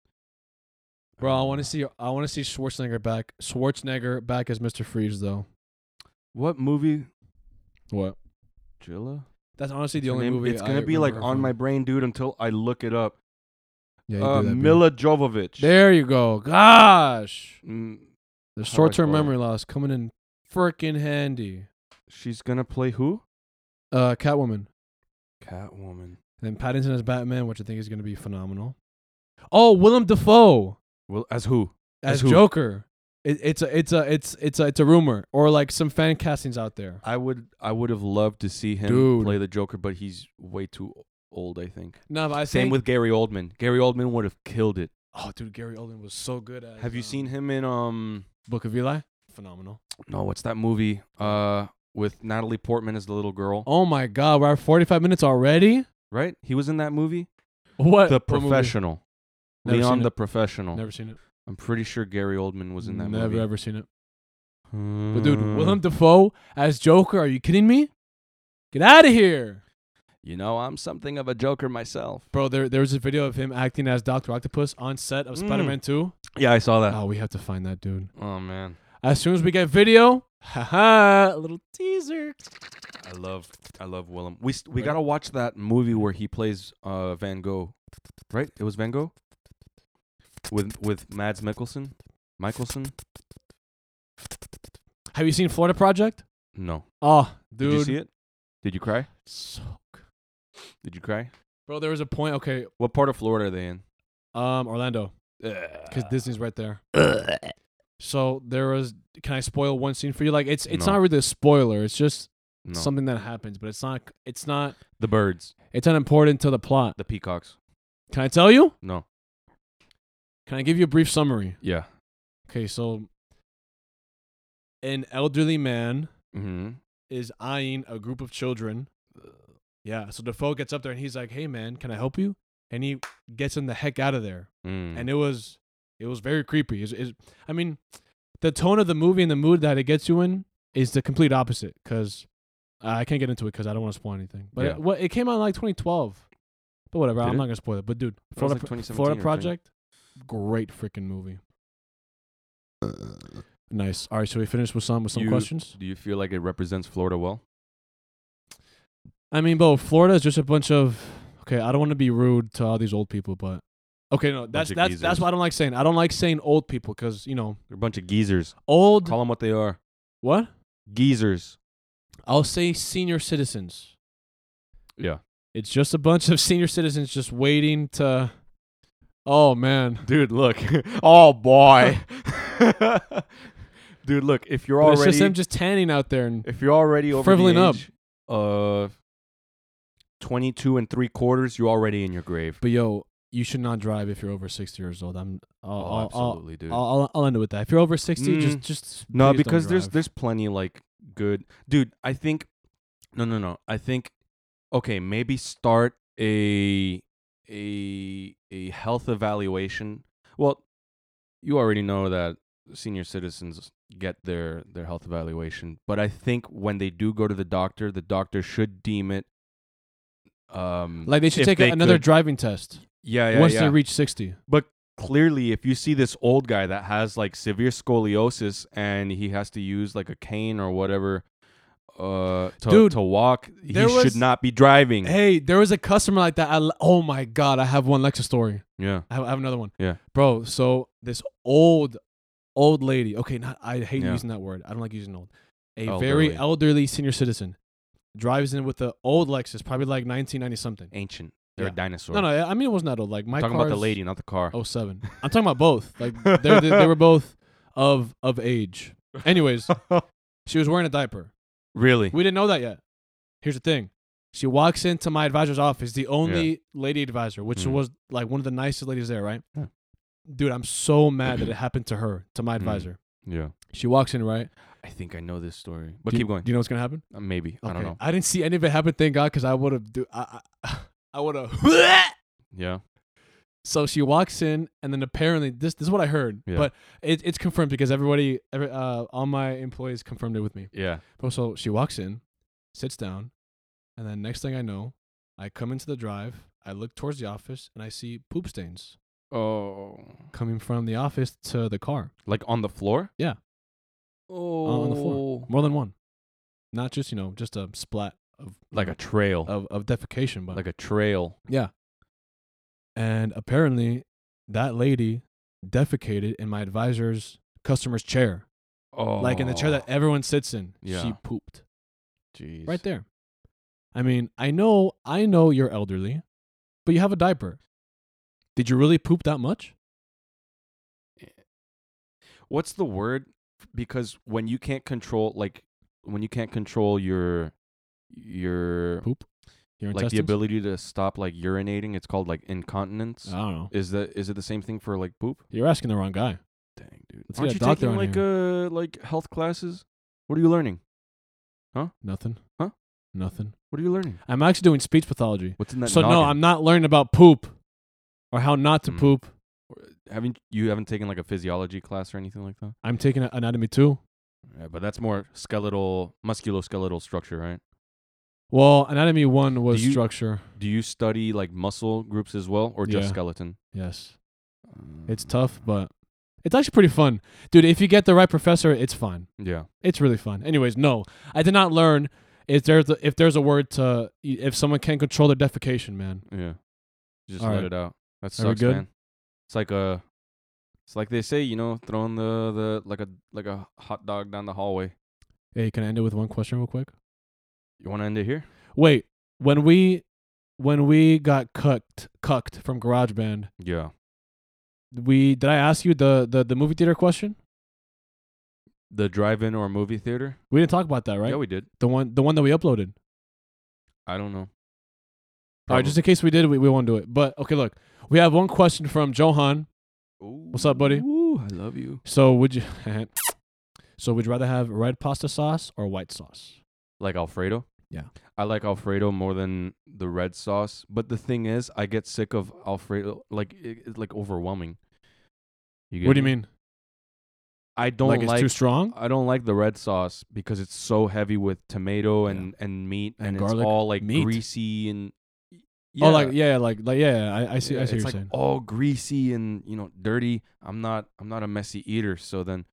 [SPEAKER 2] bro? I
[SPEAKER 1] don't
[SPEAKER 2] want
[SPEAKER 1] know.
[SPEAKER 2] to see. I want to see Schwarzenegger back. Schwarzenegger back as Mister Freeze, though.
[SPEAKER 1] what movie
[SPEAKER 2] What?
[SPEAKER 1] Jilla?
[SPEAKER 2] That's honestly
[SPEAKER 1] Her
[SPEAKER 2] the only
[SPEAKER 1] name-
[SPEAKER 2] movie.
[SPEAKER 1] It's gonna
[SPEAKER 2] I
[SPEAKER 1] be like
[SPEAKER 2] remember
[SPEAKER 1] on
[SPEAKER 2] from-
[SPEAKER 1] my brain, dude, until I look it up.
[SPEAKER 2] Yeah, you
[SPEAKER 1] Uh,
[SPEAKER 2] do that, babe.
[SPEAKER 1] Mila Jovovich.
[SPEAKER 2] There you go. Gosh,
[SPEAKER 1] Mm,
[SPEAKER 2] the
[SPEAKER 1] How do I
[SPEAKER 2] short-term
[SPEAKER 1] spell it?
[SPEAKER 2] memory loss coming in freaking handy.
[SPEAKER 1] she's gonna play who?
[SPEAKER 2] Uh, Catwoman.
[SPEAKER 1] Catwoman.
[SPEAKER 2] And then Pattinson as Batman, which I think is going to be phenomenal. Oh, Willem Dafoe
[SPEAKER 1] Well, as who?
[SPEAKER 2] as,
[SPEAKER 1] As who?
[SPEAKER 2] Joker. It, it's a it's a it's it's a it's a rumor or like some fan castings out there.
[SPEAKER 1] I would I would have loved to see him
[SPEAKER 2] Dude.
[SPEAKER 1] play the Joker, but he's way too old, I think.
[SPEAKER 2] No, but I
[SPEAKER 1] Same
[SPEAKER 2] think-
[SPEAKER 1] with Gary Oldman. Gary Oldman would have killed it.
[SPEAKER 2] oh, dude, Gary Oldman was so good at.
[SPEAKER 1] Have you seen him in um
[SPEAKER 2] Book of Eli? Phenomenal.
[SPEAKER 1] no, what's that movie? Uh with Natalie Portman as the little girl.
[SPEAKER 2] Oh my God, we're at forty five minutes already.
[SPEAKER 1] Right? He was in that movie?
[SPEAKER 2] What
[SPEAKER 1] The
[SPEAKER 2] what movie?
[SPEAKER 1] Professional.
[SPEAKER 2] Never seen
[SPEAKER 1] Leon the
[SPEAKER 2] it.
[SPEAKER 1] Professional.
[SPEAKER 2] Never seen it.
[SPEAKER 1] I'm pretty sure Gary Oldman was in that
[SPEAKER 2] Never
[SPEAKER 1] movie.
[SPEAKER 2] ever seen it.
[SPEAKER 1] Hmm.
[SPEAKER 2] But dude, Willem Dafoe as Joker? Are you kidding me? Get out of here.
[SPEAKER 1] You know, I'm something of a joker myself.
[SPEAKER 2] Bro, there there was a video of him acting as Doctor Octopus on set of
[SPEAKER 1] Mm.
[SPEAKER 2] Spider Man Two.
[SPEAKER 1] Yeah, I saw that.
[SPEAKER 2] Oh, we have to find that dude.
[SPEAKER 1] Oh man.
[SPEAKER 2] As soon as we get video, haha, a little teaser.
[SPEAKER 1] I love I love Willem. We st- we gotta watch that movie where he plays uh, Van Gogh, right? It was Van Gogh with with Mads Mikkelsen. Michelson.
[SPEAKER 2] Have you seen Florida Project?
[SPEAKER 1] No.
[SPEAKER 2] Oh,
[SPEAKER 1] Did
[SPEAKER 2] dude.
[SPEAKER 1] you see it? Did you cry?
[SPEAKER 2] So good.
[SPEAKER 1] Did you cry?
[SPEAKER 2] Bro, there was a point. Okay,
[SPEAKER 1] What part of Florida are they in?
[SPEAKER 2] um, Orlando, because Disney's right there. So there was. Can I spoil one scene for you? Like it's it's
[SPEAKER 1] No.
[SPEAKER 2] not really a spoiler. It's just
[SPEAKER 1] No.
[SPEAKER 2] something that happens, but it's not. It's not.
[SPEAKER 1] the birds.
[SPEAKER 2] It's not important to the plot.
[SPEAKER 1] The peacocks.
[SPEAKER 2] Can I tell you?
[SPEAKER 1] No.
[SPEAKER 2] Can I give you a brief summary?
[SPEAKER 1] Yeah.
[SPEAKER 2] Okay, so an elderly man
[SPEAKER 1] Mm-hmm.
[SPEAKER 2] is eyeing a group of children. Yeah, so Defoe gets up there and he's like, "Hey, man, can I help you?" And he gets him the heck out of there.
[SPEAKER 1] Mm.
[SPEAKER 2] And it was, it was very creepy. Is is I mean, the tone of the movie and the mood that it gets you in is the complete opposite. Cause uh, I can't get into it because I don't want to spoil anything. But
[SPEAKER 1] Yeah.
[SPEAKER 2] it, what it came out in like 2012. But whatever,
[SPEAKER 1] Did
[SPEAKER 2] I'm
[SPEAKER 1] it?
[SPEAKER 2] not gonna spoil it. But dude,
[SPEAKER 1] was
[SPEAKER 2] Florida,
[SPEAKER 1] like
[SPEAKER 2] Pro-
[SPEAKER 1] 2017
[SPEAKER 2] Florida
[SPEAKER 1] or 20
[SPEAKER 2] Project, great freaking movie. Nice. All right, so we finish with some with some
[SPEAKER 1] Uh. You-
[SPEAKER 2] questions.
[SPEAKER 1] Do you feel like it represents Florida well?
[SPEAKER 2] I mean, bro, Florida is just a bunch of okay. I don't want to be rude to all these old people, but okay, no, that's
[SPEAKER 1] of
[SPEAKER 2] that's
[SPEAKER 1] geezers.
[SPEAKER 2] that's what I don't like saying. I don't like saying old people because you know
[SPEAKER 1] They're a bunch of geezers.
[SPEAKER 2] old
[SPEAKER 1] Call them what they are.
[SPEAKER 2] what?
[SPEAKER 1] Geezers.
[SPEAKER 2] I'll say senior citizens.
[SPEAKER 1] Yeah.
[SPEAKER 2] It's just a bunch of senior citizens just waiting to. Oh man,
[SPEAKER 1] Dude, look. oh boy. Dude, look. If you're
[SPEAKER 2] But it's just
[SPEAKER 1] already
[SPEAKER 2] them just tanning out there and
[SPEAKER 1] if you're already over
[SPEAKER 2] frivoling
[SPEAKER 1] the
[SPEAKER 2] up.
[SPEAKER 1] age of 22 and three quarters, you're already in your grave.
[SPEAKER 2] But yo, you should not drive if you're over sixty years old. I'm. I'll,
[SPEAKER 1] oh,
[SPEAKER 2] I'll, I'll,
[SPEAKER 1] absolutely, dude.
[SPEAKER 2] I'll, I'll, I'll end it with that. If you're over sixty, just
[SPEAKER 1] Mm.
[SPEAKER 2] just
[SPEAKER 1] No,
[SPEAKER 2] please don't
[SPEAKER 1] because there's
[SPEAKER 2] drive.
[SPEAKER 1] there's plenty like good dude. I think no no no. I think okay, maybe start a a a health evaluation. Well, you already know that senior citizens get their their health evaluation, but I think when they do go to the doctor, the doctor should deem it. Um,
[SPEAKER 2] like they should
[SPEAKER 1] if
[SPEAKER 2] take
[SPEAKER 1] they
[SPEAKER 2] another
[SPEAKER 1] could-
[SPEAKER 2] driving test
[SPEAKER 1] yeah, yeah,
[SPEAKER 2] once
[SPEAKER 1] yeah
[SPEAKER 2] they reach sixty.
[SPEAKER 1] clearly if you see this old guy that has like severe scoliosis and he has to use like a cane or whatever uh to,
[SPEAKER 2] Dude,
[SPEAKER 1] to walk he
[SPEAKER 2] there
[SPEAKER 1] should
[SPEAKER 2] was-
[SPEAKER 1] not be driving
[SPEAKER 2] Hey, there was a customer like that. I, l- oh my god, I have one Lexus story.
[SPEAKER 1] yeah
[SPEAKER 2] I have, I have another one.
[SPEAKER 1] Yeah.
[SPEAKER 2] Bro, so this old, old lady. Okay, not I hate
[SPEAKER 1] Yeah.
[SPEAKER 2] using that word. I don't like using old. A
[SPEAKER 1] Elderly.
[SPEAKER 2] very elderly senior citizen drives in with an old Lexus, probably like 1990 something.
[SPEAKER 1] ancient they're a
[SPEAKER 2] Yeah.
[SPEAKER 1] dinosaur
[SPEAKER 2] No, no, I mean it wasn't that old. Like my
[SPEAKER 1] talking about the
[SPEAKER 2] car's Oh,
[SPEAKER 1] lady not the car
[SPEAKER 2] 07. I'm talking about both. Like they're, they they were both of of age. Anyways, she was wearing a diaper.
[SPEAKER 1] really
[SPEAKER 2] We didn't know that yet. Here's the thing. She walks into my advisor's office, the only lady advisor, which
[SPEAKER 1] Mm.
[SPEAKER 2] was like one of the nicest ladies there, right?
[SPEAKER 1] Yeah. Mm.
[SPEAKER 2] Dude, I'm so mad that it happened to her, to my advisor.
[SPEAKER 1] yeah
[SPEAKER 2] She walks in, right?
[SPEAKER 1] i think i know this story but
[SPEAKER 2] Do you-
[SPEAKER 1] keep going
[SPEAKER 2] Do you know what's gonna happen?
[SPEAKER 1] Uh, maybe i don't know
[SPEAKER 2] I didn't see any of it happen, thank God, because I would have do I I, I would have
[SPEAKER 1] yeah
[SPEAKER 2] So she walks in, and then apparently this this is what I heard,
[SPEAKER 1] Yeah.
[SPEAKER 2] but it, it's confirmed because everybody, every, uh, all my employees confirmed it with me.
[SPEAKER 1] yeah
[SPEAKER 2] Bro, so she walks in, sits down, and then next thing I know, I come into the drive, I look towards the office, and I see poop stains
[SPEAKER 1] oh
[SPEAKER 2] coming from the office to the car.
[SPEAKER 1] like on the floor
[SPEAKER 2] Yeah.
[SPEAKER 1] oh
[SPEAKER 2] on the floor. More than one. Not just, you know, just a splat of
[SPEAKER 1] like a trail
[SPEAKER 2] of, of defecation, Oh, but
[SPEAKER 1] like a trail
[SPEAKER 2] yeah. And apparently that lady defecated in my advisor's customer's chair.
[SPEAKER 1] oh
[SPEAKER 2] Like in the chair that everyone sits in. She
[SPEAKER 1] Yeah.
[SPEAKER 2] pooped.
[SPEAKER 1] jeez
[SPEAKER 2] right there. I mean, I know, I know you're elderly, but you have a diaper. Did you really poop that much?
[SPEAKER 1] what's the word because when you can't control like when you can't control your your
[SPEAKER 2] Poop. Your
[SPEAKER 1] like the
[SPEAKER 2] intestines?
[SPEAKER 1] ability to stop like urinating it's called like incontinence
[SPEAKER 2] I don't know.
[SPEAKER 1] is that is it the same thing for like poop
[SPEAKER 2] You're asking the wrong guy.
[SPEAKER 1] dang dude
[SPEAKER 2] Let's get
[SPEAKER 1] aren't
[SPEAKER 2] a
[SPEAKER 1] you
[SPEAKER 2] doctor
[SPEAKER 1] taking
[SPEAKER 2] on
[SPEAKER 1] like uh like health classes what are you learning
[SPEAKER 2] Nothing.
[SPEAKER 1] Huh?
[SPEAKER 2] Nothing.
[SPEAKER 1] what are you learning
[SPEAKER 2] I'm actually doing speech pathology.
[SPEAKER 1] what's in that
[SPEAKER 2] So no, I'm not learning about poop or how not to
[SPEAKER 1] Mm.
[SPEAKER 2] poop.
[SPEAKER 1] haven't you haven't taken like a physiology class or anything like that
[SPEAKER 2] I'm taking a- anatomy too.
[SPEAKER 1] yeah but that's more skeletal musculoskeletal structure right
[SPEAKER 2] Well, anatomy one was
[SPEAKER 1] you-
[SPEAKER 2] structure.
[SPEAKER 1] do you study like muscle groups as well or just
[SPEAKER 2] Yeah.
[SPEAKER 1] skeleton
[SPEAKER 2] Yes.
[SPEAKER 1] Hmm.
[SPEAKER 2] It's tough, but it's actually pretty fun. Dude, if you get the right professor, it's fine.
[SPEAKER 1] yeah
[SPEAKER 2] It's really fun. Anyways, no, I did not learn if there's a, if there's a word to if someone can't control their defecation, man.
[SPEAKER 1] Yeah. Just
[SPEAKER 2] All
[SPEAKER 1] let
[SPEAKER 2] right.
[SPEAKER 1] it out. That
[SPEAKER 2] Are we
[SPEAKER 1] sucks,
[SPEAKER 2] good?
[SPEAKER 1] man. It's like a it's like they say, you know, throwing the, the like a like a hot dog down the hallway.
[SPEAKER 2] Hey, can I end it with one question real quick?
[SPEAKER 1] You want to end it here?
[SPEAKER 2] Wait, when we when we got cucked cucked from GarageBand,
[SPEAKER 1] Yeah.
[SPEAKER 2] we did I ask you the the the movie theater question?
[SPEAKER 1] The drive-in or movie theater?
[SPEAKER 2] We didn't talk about that, right?
[SPEAKER 1] Yeah, we did.
[SPEAKER 2] the one the one that we uploaded.
[SPEAKER 1] I don't know.
[SPEAKER 2] All right, just in case we did, we, we won't do it. But okay, look, we have one question from Johan. What's up, buddy?
[SPEAKER 1] Ooh, I love you.
[SPEAKER 2] So would you? so would you rather have red pasta sauce or white sauce?
[SPEAKER 1] Like Alfredo?
[SPEAKER 2] Yeah.
[SPEAKER 1] I like Alfredo more than the red sauce, but the thing is, I get sick of Alfredo. Like, it, it's like overwhelming. You get
[SPEAKER 2] what do you
[SPEAKER 1] me?
[SPEAKER 2] mean?
[SPEAKER 1] I don't
[SPEAKER 2] like
[SPEAKER 1] like.
[SPEAKER 2] it's too strong?
[SPEAKER 1] I don't like the red sauce because it's so heavy with tomato and and meat
[SPEAKER 2] And
[SPEAKER 1] and,
[SPEAKER 2] garlic
[SPEAKER 1] it's all like
[SPEAKER 2] meat.
[SPEAKER 1] greasy and.
[SPEAKER 2] Oh, like yeah, like like yeah. yeah, I, I see.
[SPEAKER 1] Yeah,
[SPEAKER 2] I see what
[SPEAKER 1] it's
[SPEAKER 2] you're
[SPEAKER 1] like oh,
[SPEAKER 2] saying.
[SPEAKER 1] all greasy and you know dirty. I'm not I'm not a messy eater, so then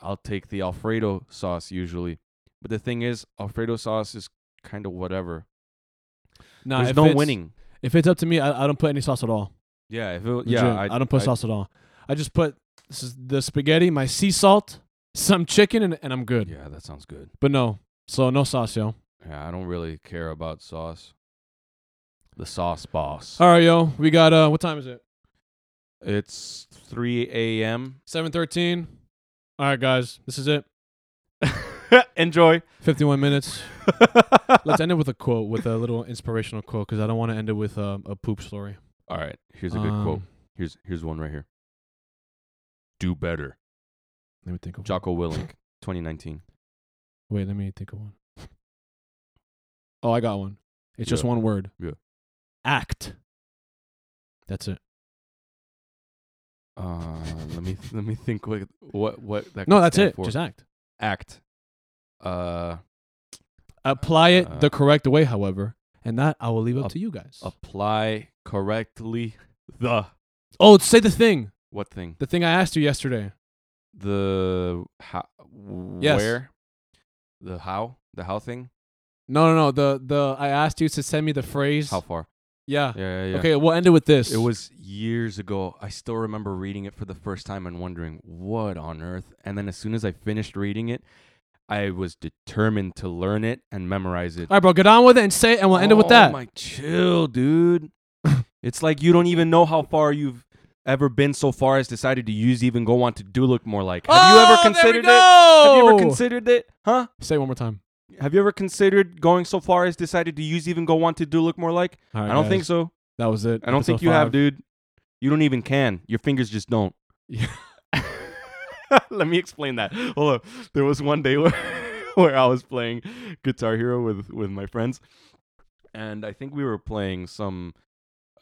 [SPEAKER 1] I'll take the Alfredo sauce usually. But the thing is, Alfredo sauce is kind of whatever.
[SPEAKER 2] Nah,
[SPEAKER 1] There's
[SPEAKER 2] if
[SPEAKER 1] no
[SPEAKER 2] it's-
[SPEAKER 1] winning.
[SPEAKER 2] If it's up to me, I, I don't put any sauce at all.
[SPEAKER 1] Yeah, if it,
[SPEAKER 2] Legit,
[SPEAKER 1] yeah,
[SPEAKER 2] I, don't put sauce at all. I just put this is the spaghetti, my sea salt, some chicken, and, and I'm good.
[SPEAKER 1] Yeah, that sounds good.
[SPEAKER 2] But no, so no sauce, yo.
[SPEAKER 1] Yeah, I don't really care about sauce. The sauce boss.
[SPEAKER 2] All right, yo, we got uh, what time is it?
[SPEAKER 1] It's 3 a.m.
[SPEAKER 2] Seven thirteen. All right, guys, this is it.
[SPEAKER 1] Enjoy.
[SPEAKER 2] Fifty-one minutes. Let's end it with a quote, with a little inspirational quote, because I don't want to end it with um, a poop story.
[SPEAKER 1] All right, here's a good quote.
[SPEAKER 2] Um,
[SPEAKER 1] Here's here's one right here. Do better,
[SPEAKER 2] Let me think of.
[SPEAKER 1] Jocko Willink, 2019.
[SPEAKER 2] Wait, let me think of one. Oh, I got one. It's just
[SPEAKER 1] Yeah.
[SPEAKER 2] one word.
[SPEAKER 1] Yeah.
[SPEAKER 2] Act. That's it.
[SPEAKER 1] Uh, let me let me think what what what that
[SPEAKER 2] no,
[SPEAKER 1] could
[SPEAKER 2] that's
[SPEAKER 1] stand
[SPEAKER 2] it.
[SPEAKER 1] for.
[SPEAKER 2] Just act.
[SPEAKER 1] act. Uh,
[SPEAKER 2] Apply it the
[SPEAKER 1] Uh,
[SPEAKER 2] correct way, however, and that I will leave up
[SPEAKER 1] up-
[SPEAKER 2] to you guys.
[SPEAKER 1] apply correctly the
[SPEAKER 2] Oh, say the thing.
[SPEAKER 1] what thing
[SPEAKER 2] The thing I asked you yesterday.
[SPEAKER 1] the how
[SPEAKER 2] Yes.
[SPEAKER 1] where the how the how thing
[SPEAKER 2] No, no, no. The the I asked you to send me the phrase.
[SPEAKER 1] how far
[SPEAKER 2] yeah.
[SPEAKER 1] yeah yeah, yeah.
[SPEAKER 2] Uh, Okay, we'll end it with this.
[SPEAKER 1] It was years ago. I still remember reading it for the first time and wondering what on earth. And then as soon as I finished reading it, I was determined to learn it and memorize it.
[SPEAKER 2] All right, bro. Get on with it and say it, and we'll end it with
[SPEAKER 1] Oh
[SPEAKER 2] that.
[SPEAKER 1] my chill, dude. it's like you don't even know how far you've ever been so far as decided to use even go on to do look more like. Have
[SPEAKER 2] Oh,
[SPEAKER 1] you ever considered it? Have you ever considered it? Huh?
[SPEAKER 2] Say it one more time.
[SPEAKER 1] Have you ever considered going so far as decided to use even go on to do look more like?
[SPEAKER 2] All right,
[SPEAKER 1] I don't
[SPEAKER 2] guys,
[SPEAKER 1] think so.
[SPEAKER 2] That was it.
[SPEAKER 1] I don't think
[SPEAKER 2] Episode
[SPEAKER 1] you have,
[SPEAKER 2] five.
[SPEAKER 1] dude. You don't even can. Your fingers just don't.
[SPEAKER 2] Yeah.
[SPEAKER 1] Let me explain that. Hold up. There was one day where, where I was playing Guitar Hero with, with my friends, and I think we were playing some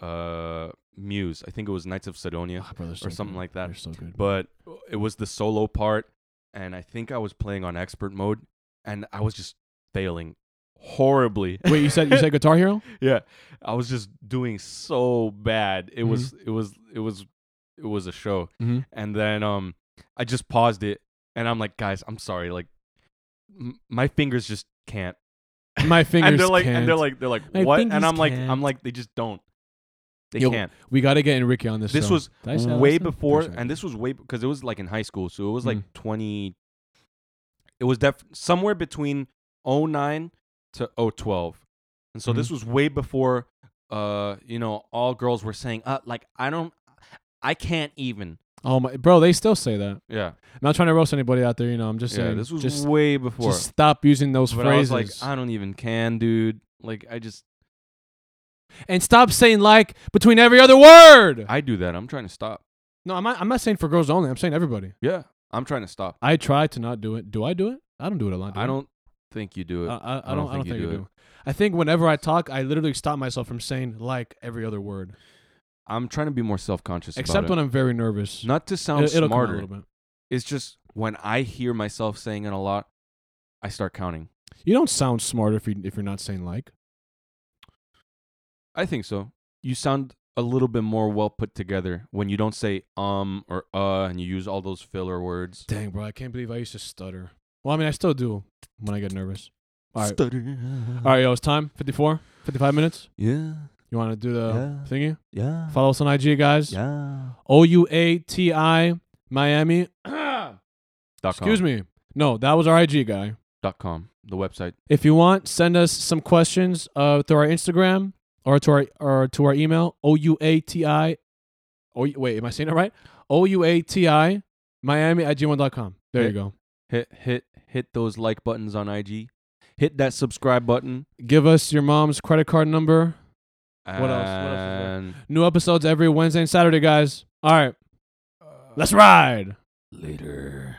[SPEAKER 1] uh, Muse. I think it was Knights of Sidonia,
[SPEAKER 2] Ah, bro, they're so
[SPEAKER 1] or something
[SPEAKER 2] good.
[SPEAKER 1] like that.
[SPEAKER 2] They're so good.
[SPEAKER 1] but it was the solo part, and I think I was playing on expert mode, and I was just failing horribly.
[SPEAKER 2] Wait, you said you said Guitar Hero?
[SPEAKER 1] yeah i was just doing so bad it
[SPEAKER 2] Mhm.
[SPEAKER 1] was it was it was it was a show
[SPEAKER 2] Mhm.
[SPEAKER 1] and then um i just paused it and i'm like guys i'm sorry like m- my fingers just can't
[SPEAKER 2] My fingers
[SPEAKER 1] and they're like
[SPEAKER 2] can't.
[SPEAKER 1] and they're like they're like
[SPEAKER 2] My
[SPEAKER 1] what and
[SPEAKER 2] fingers
[SPEAKER 1] i'm like
[SPEAKER 2] can't.
[SPEAKER 1] i'm like they just don't they
[SPEAKER 2] Yo,
[SPEAKER 1] can't
[SPEAKER 2] we got to get Enrique on this.
[SPEAKER 1] this
[SPEAKER 2] show.
[SPEAKER 1] was
[SPEAKER 2] Did I say that
[SPEAKER 1] way
[SPEAKER 2] last time?
[SPEAKER 1] before
[SPEAKER 2] Pretty sure I
[SPEAKER 1] and
[SPEAKER 2] did.
[SPEAKER 1] this was way because it was like in high school so it was like
[SPEAKER 2] Mm.
[SPEAKER 1] 20 it was def somewhere between 09 to 012 and so this was way before uh you know all girls were saying uh like i don't i can't even
[SPEAKER 2] Oh my, bro, they still say that. I'm
[SPEAKER 1] yeah
[SPEAKER 2] not trying to roast anybody out there. You know, I'm just
[SPEAKER 1] yeah
[SPEAKER 2] saying.
[SPEAKER 1] this was
[SPEAKER 2] just,
[SPEAKER 1] way before
[SPEAKER 2] just stop using those
[SPEAKER 1] but
[SPEAKER 2] phrases
[SPEAKER 1] i was like i don't even can dude like i just
[SPEAKER 2] and stop saying like between every other word.
[SPEAKER 1] i do that i'm trying to stop
[SPEAKER 2] no, I'm not, I'm not saying for girls only. I'm saying everybody.
[SPEAKER 1] yeah i'm trying to stop
[SPEAKER 2] I try to not do it. Do I do it? I don't do it a lot. do
[SPEAKER 1] i Uh, don't think you do it
[SPEAKER 2] I, I, I, don't, I don't think,
[SPEAKER 1] you
[SPEAKER 2] I
[SPEAKER 1] do
[SPEAKER 2] do. I think whenever I talk, I literally stop myself from saying like every other word,
[SPEAKER 1] i'm trying to be more self-conscious about
[SPEAKER 2] except
[SPEAKER 1] it.
[SPEAKER 2] when I'm very nervous.
[SPEAKER 1] not to
[SPEAKER 2] It-
[SPEAKER 1] sound
[SPEAKER 2] it'll come out a
[SPEAKER 1] smarter
[SPEAKER 2] little bit.
[SPEAKER 1] it's just when I hear myself saying it a lot, I start counting.
[SPEAKER 2] You don't sound smart if you if you're not saying like.
[SPEAKER 1] I think so. You sound a little bit more well put together when you don't say um or uh and you use all those filler words.
[SPEAKER 2] Dang, bro, I can't believe I used to stutter. Well, I mean, I still do when I get nervous. All right,
[SPEAKER 1] Stutter.
[SPEAKER 2] all right, yo, it's time. 54, 55 minutes.
[SPEAKER 1] Yeah.
[SPEAKER 2] You want to do the
[SPEAKER 1] Yeah.
[SPEAKER 2] thingy?
[SPEAKER 1] Yeah.
[SPEAKER 2] Follow us on IG, guys.
[SPEAKER 1] Yeah.
[SPEAKER 2] O U A T I Miami. Excuse me. No, that was our IG guy.
[SPEAKER 1] dot com, the website.
[SPEAKER 2] If you want, send us some questions uh, through our Instagram or to our or to our email. O U A T I. Oh wait, am I saying it right? O U A T I Miami at gmail.com. There you
[SPEAKER 1] Yeah.
[SPEAKER 2] go.
[SPEAKER 1] Hit hit hit those like buttons on IG. Hit that subscribe button.
[SPEAKER 2] Give us your mom's credit card number.
[SPEAKER 1] And
[SPEAKER 2] else? What else is there? New episodes every Wednesday and Saturday, guys. All right, let's ride.
[SPEAKER 1] later.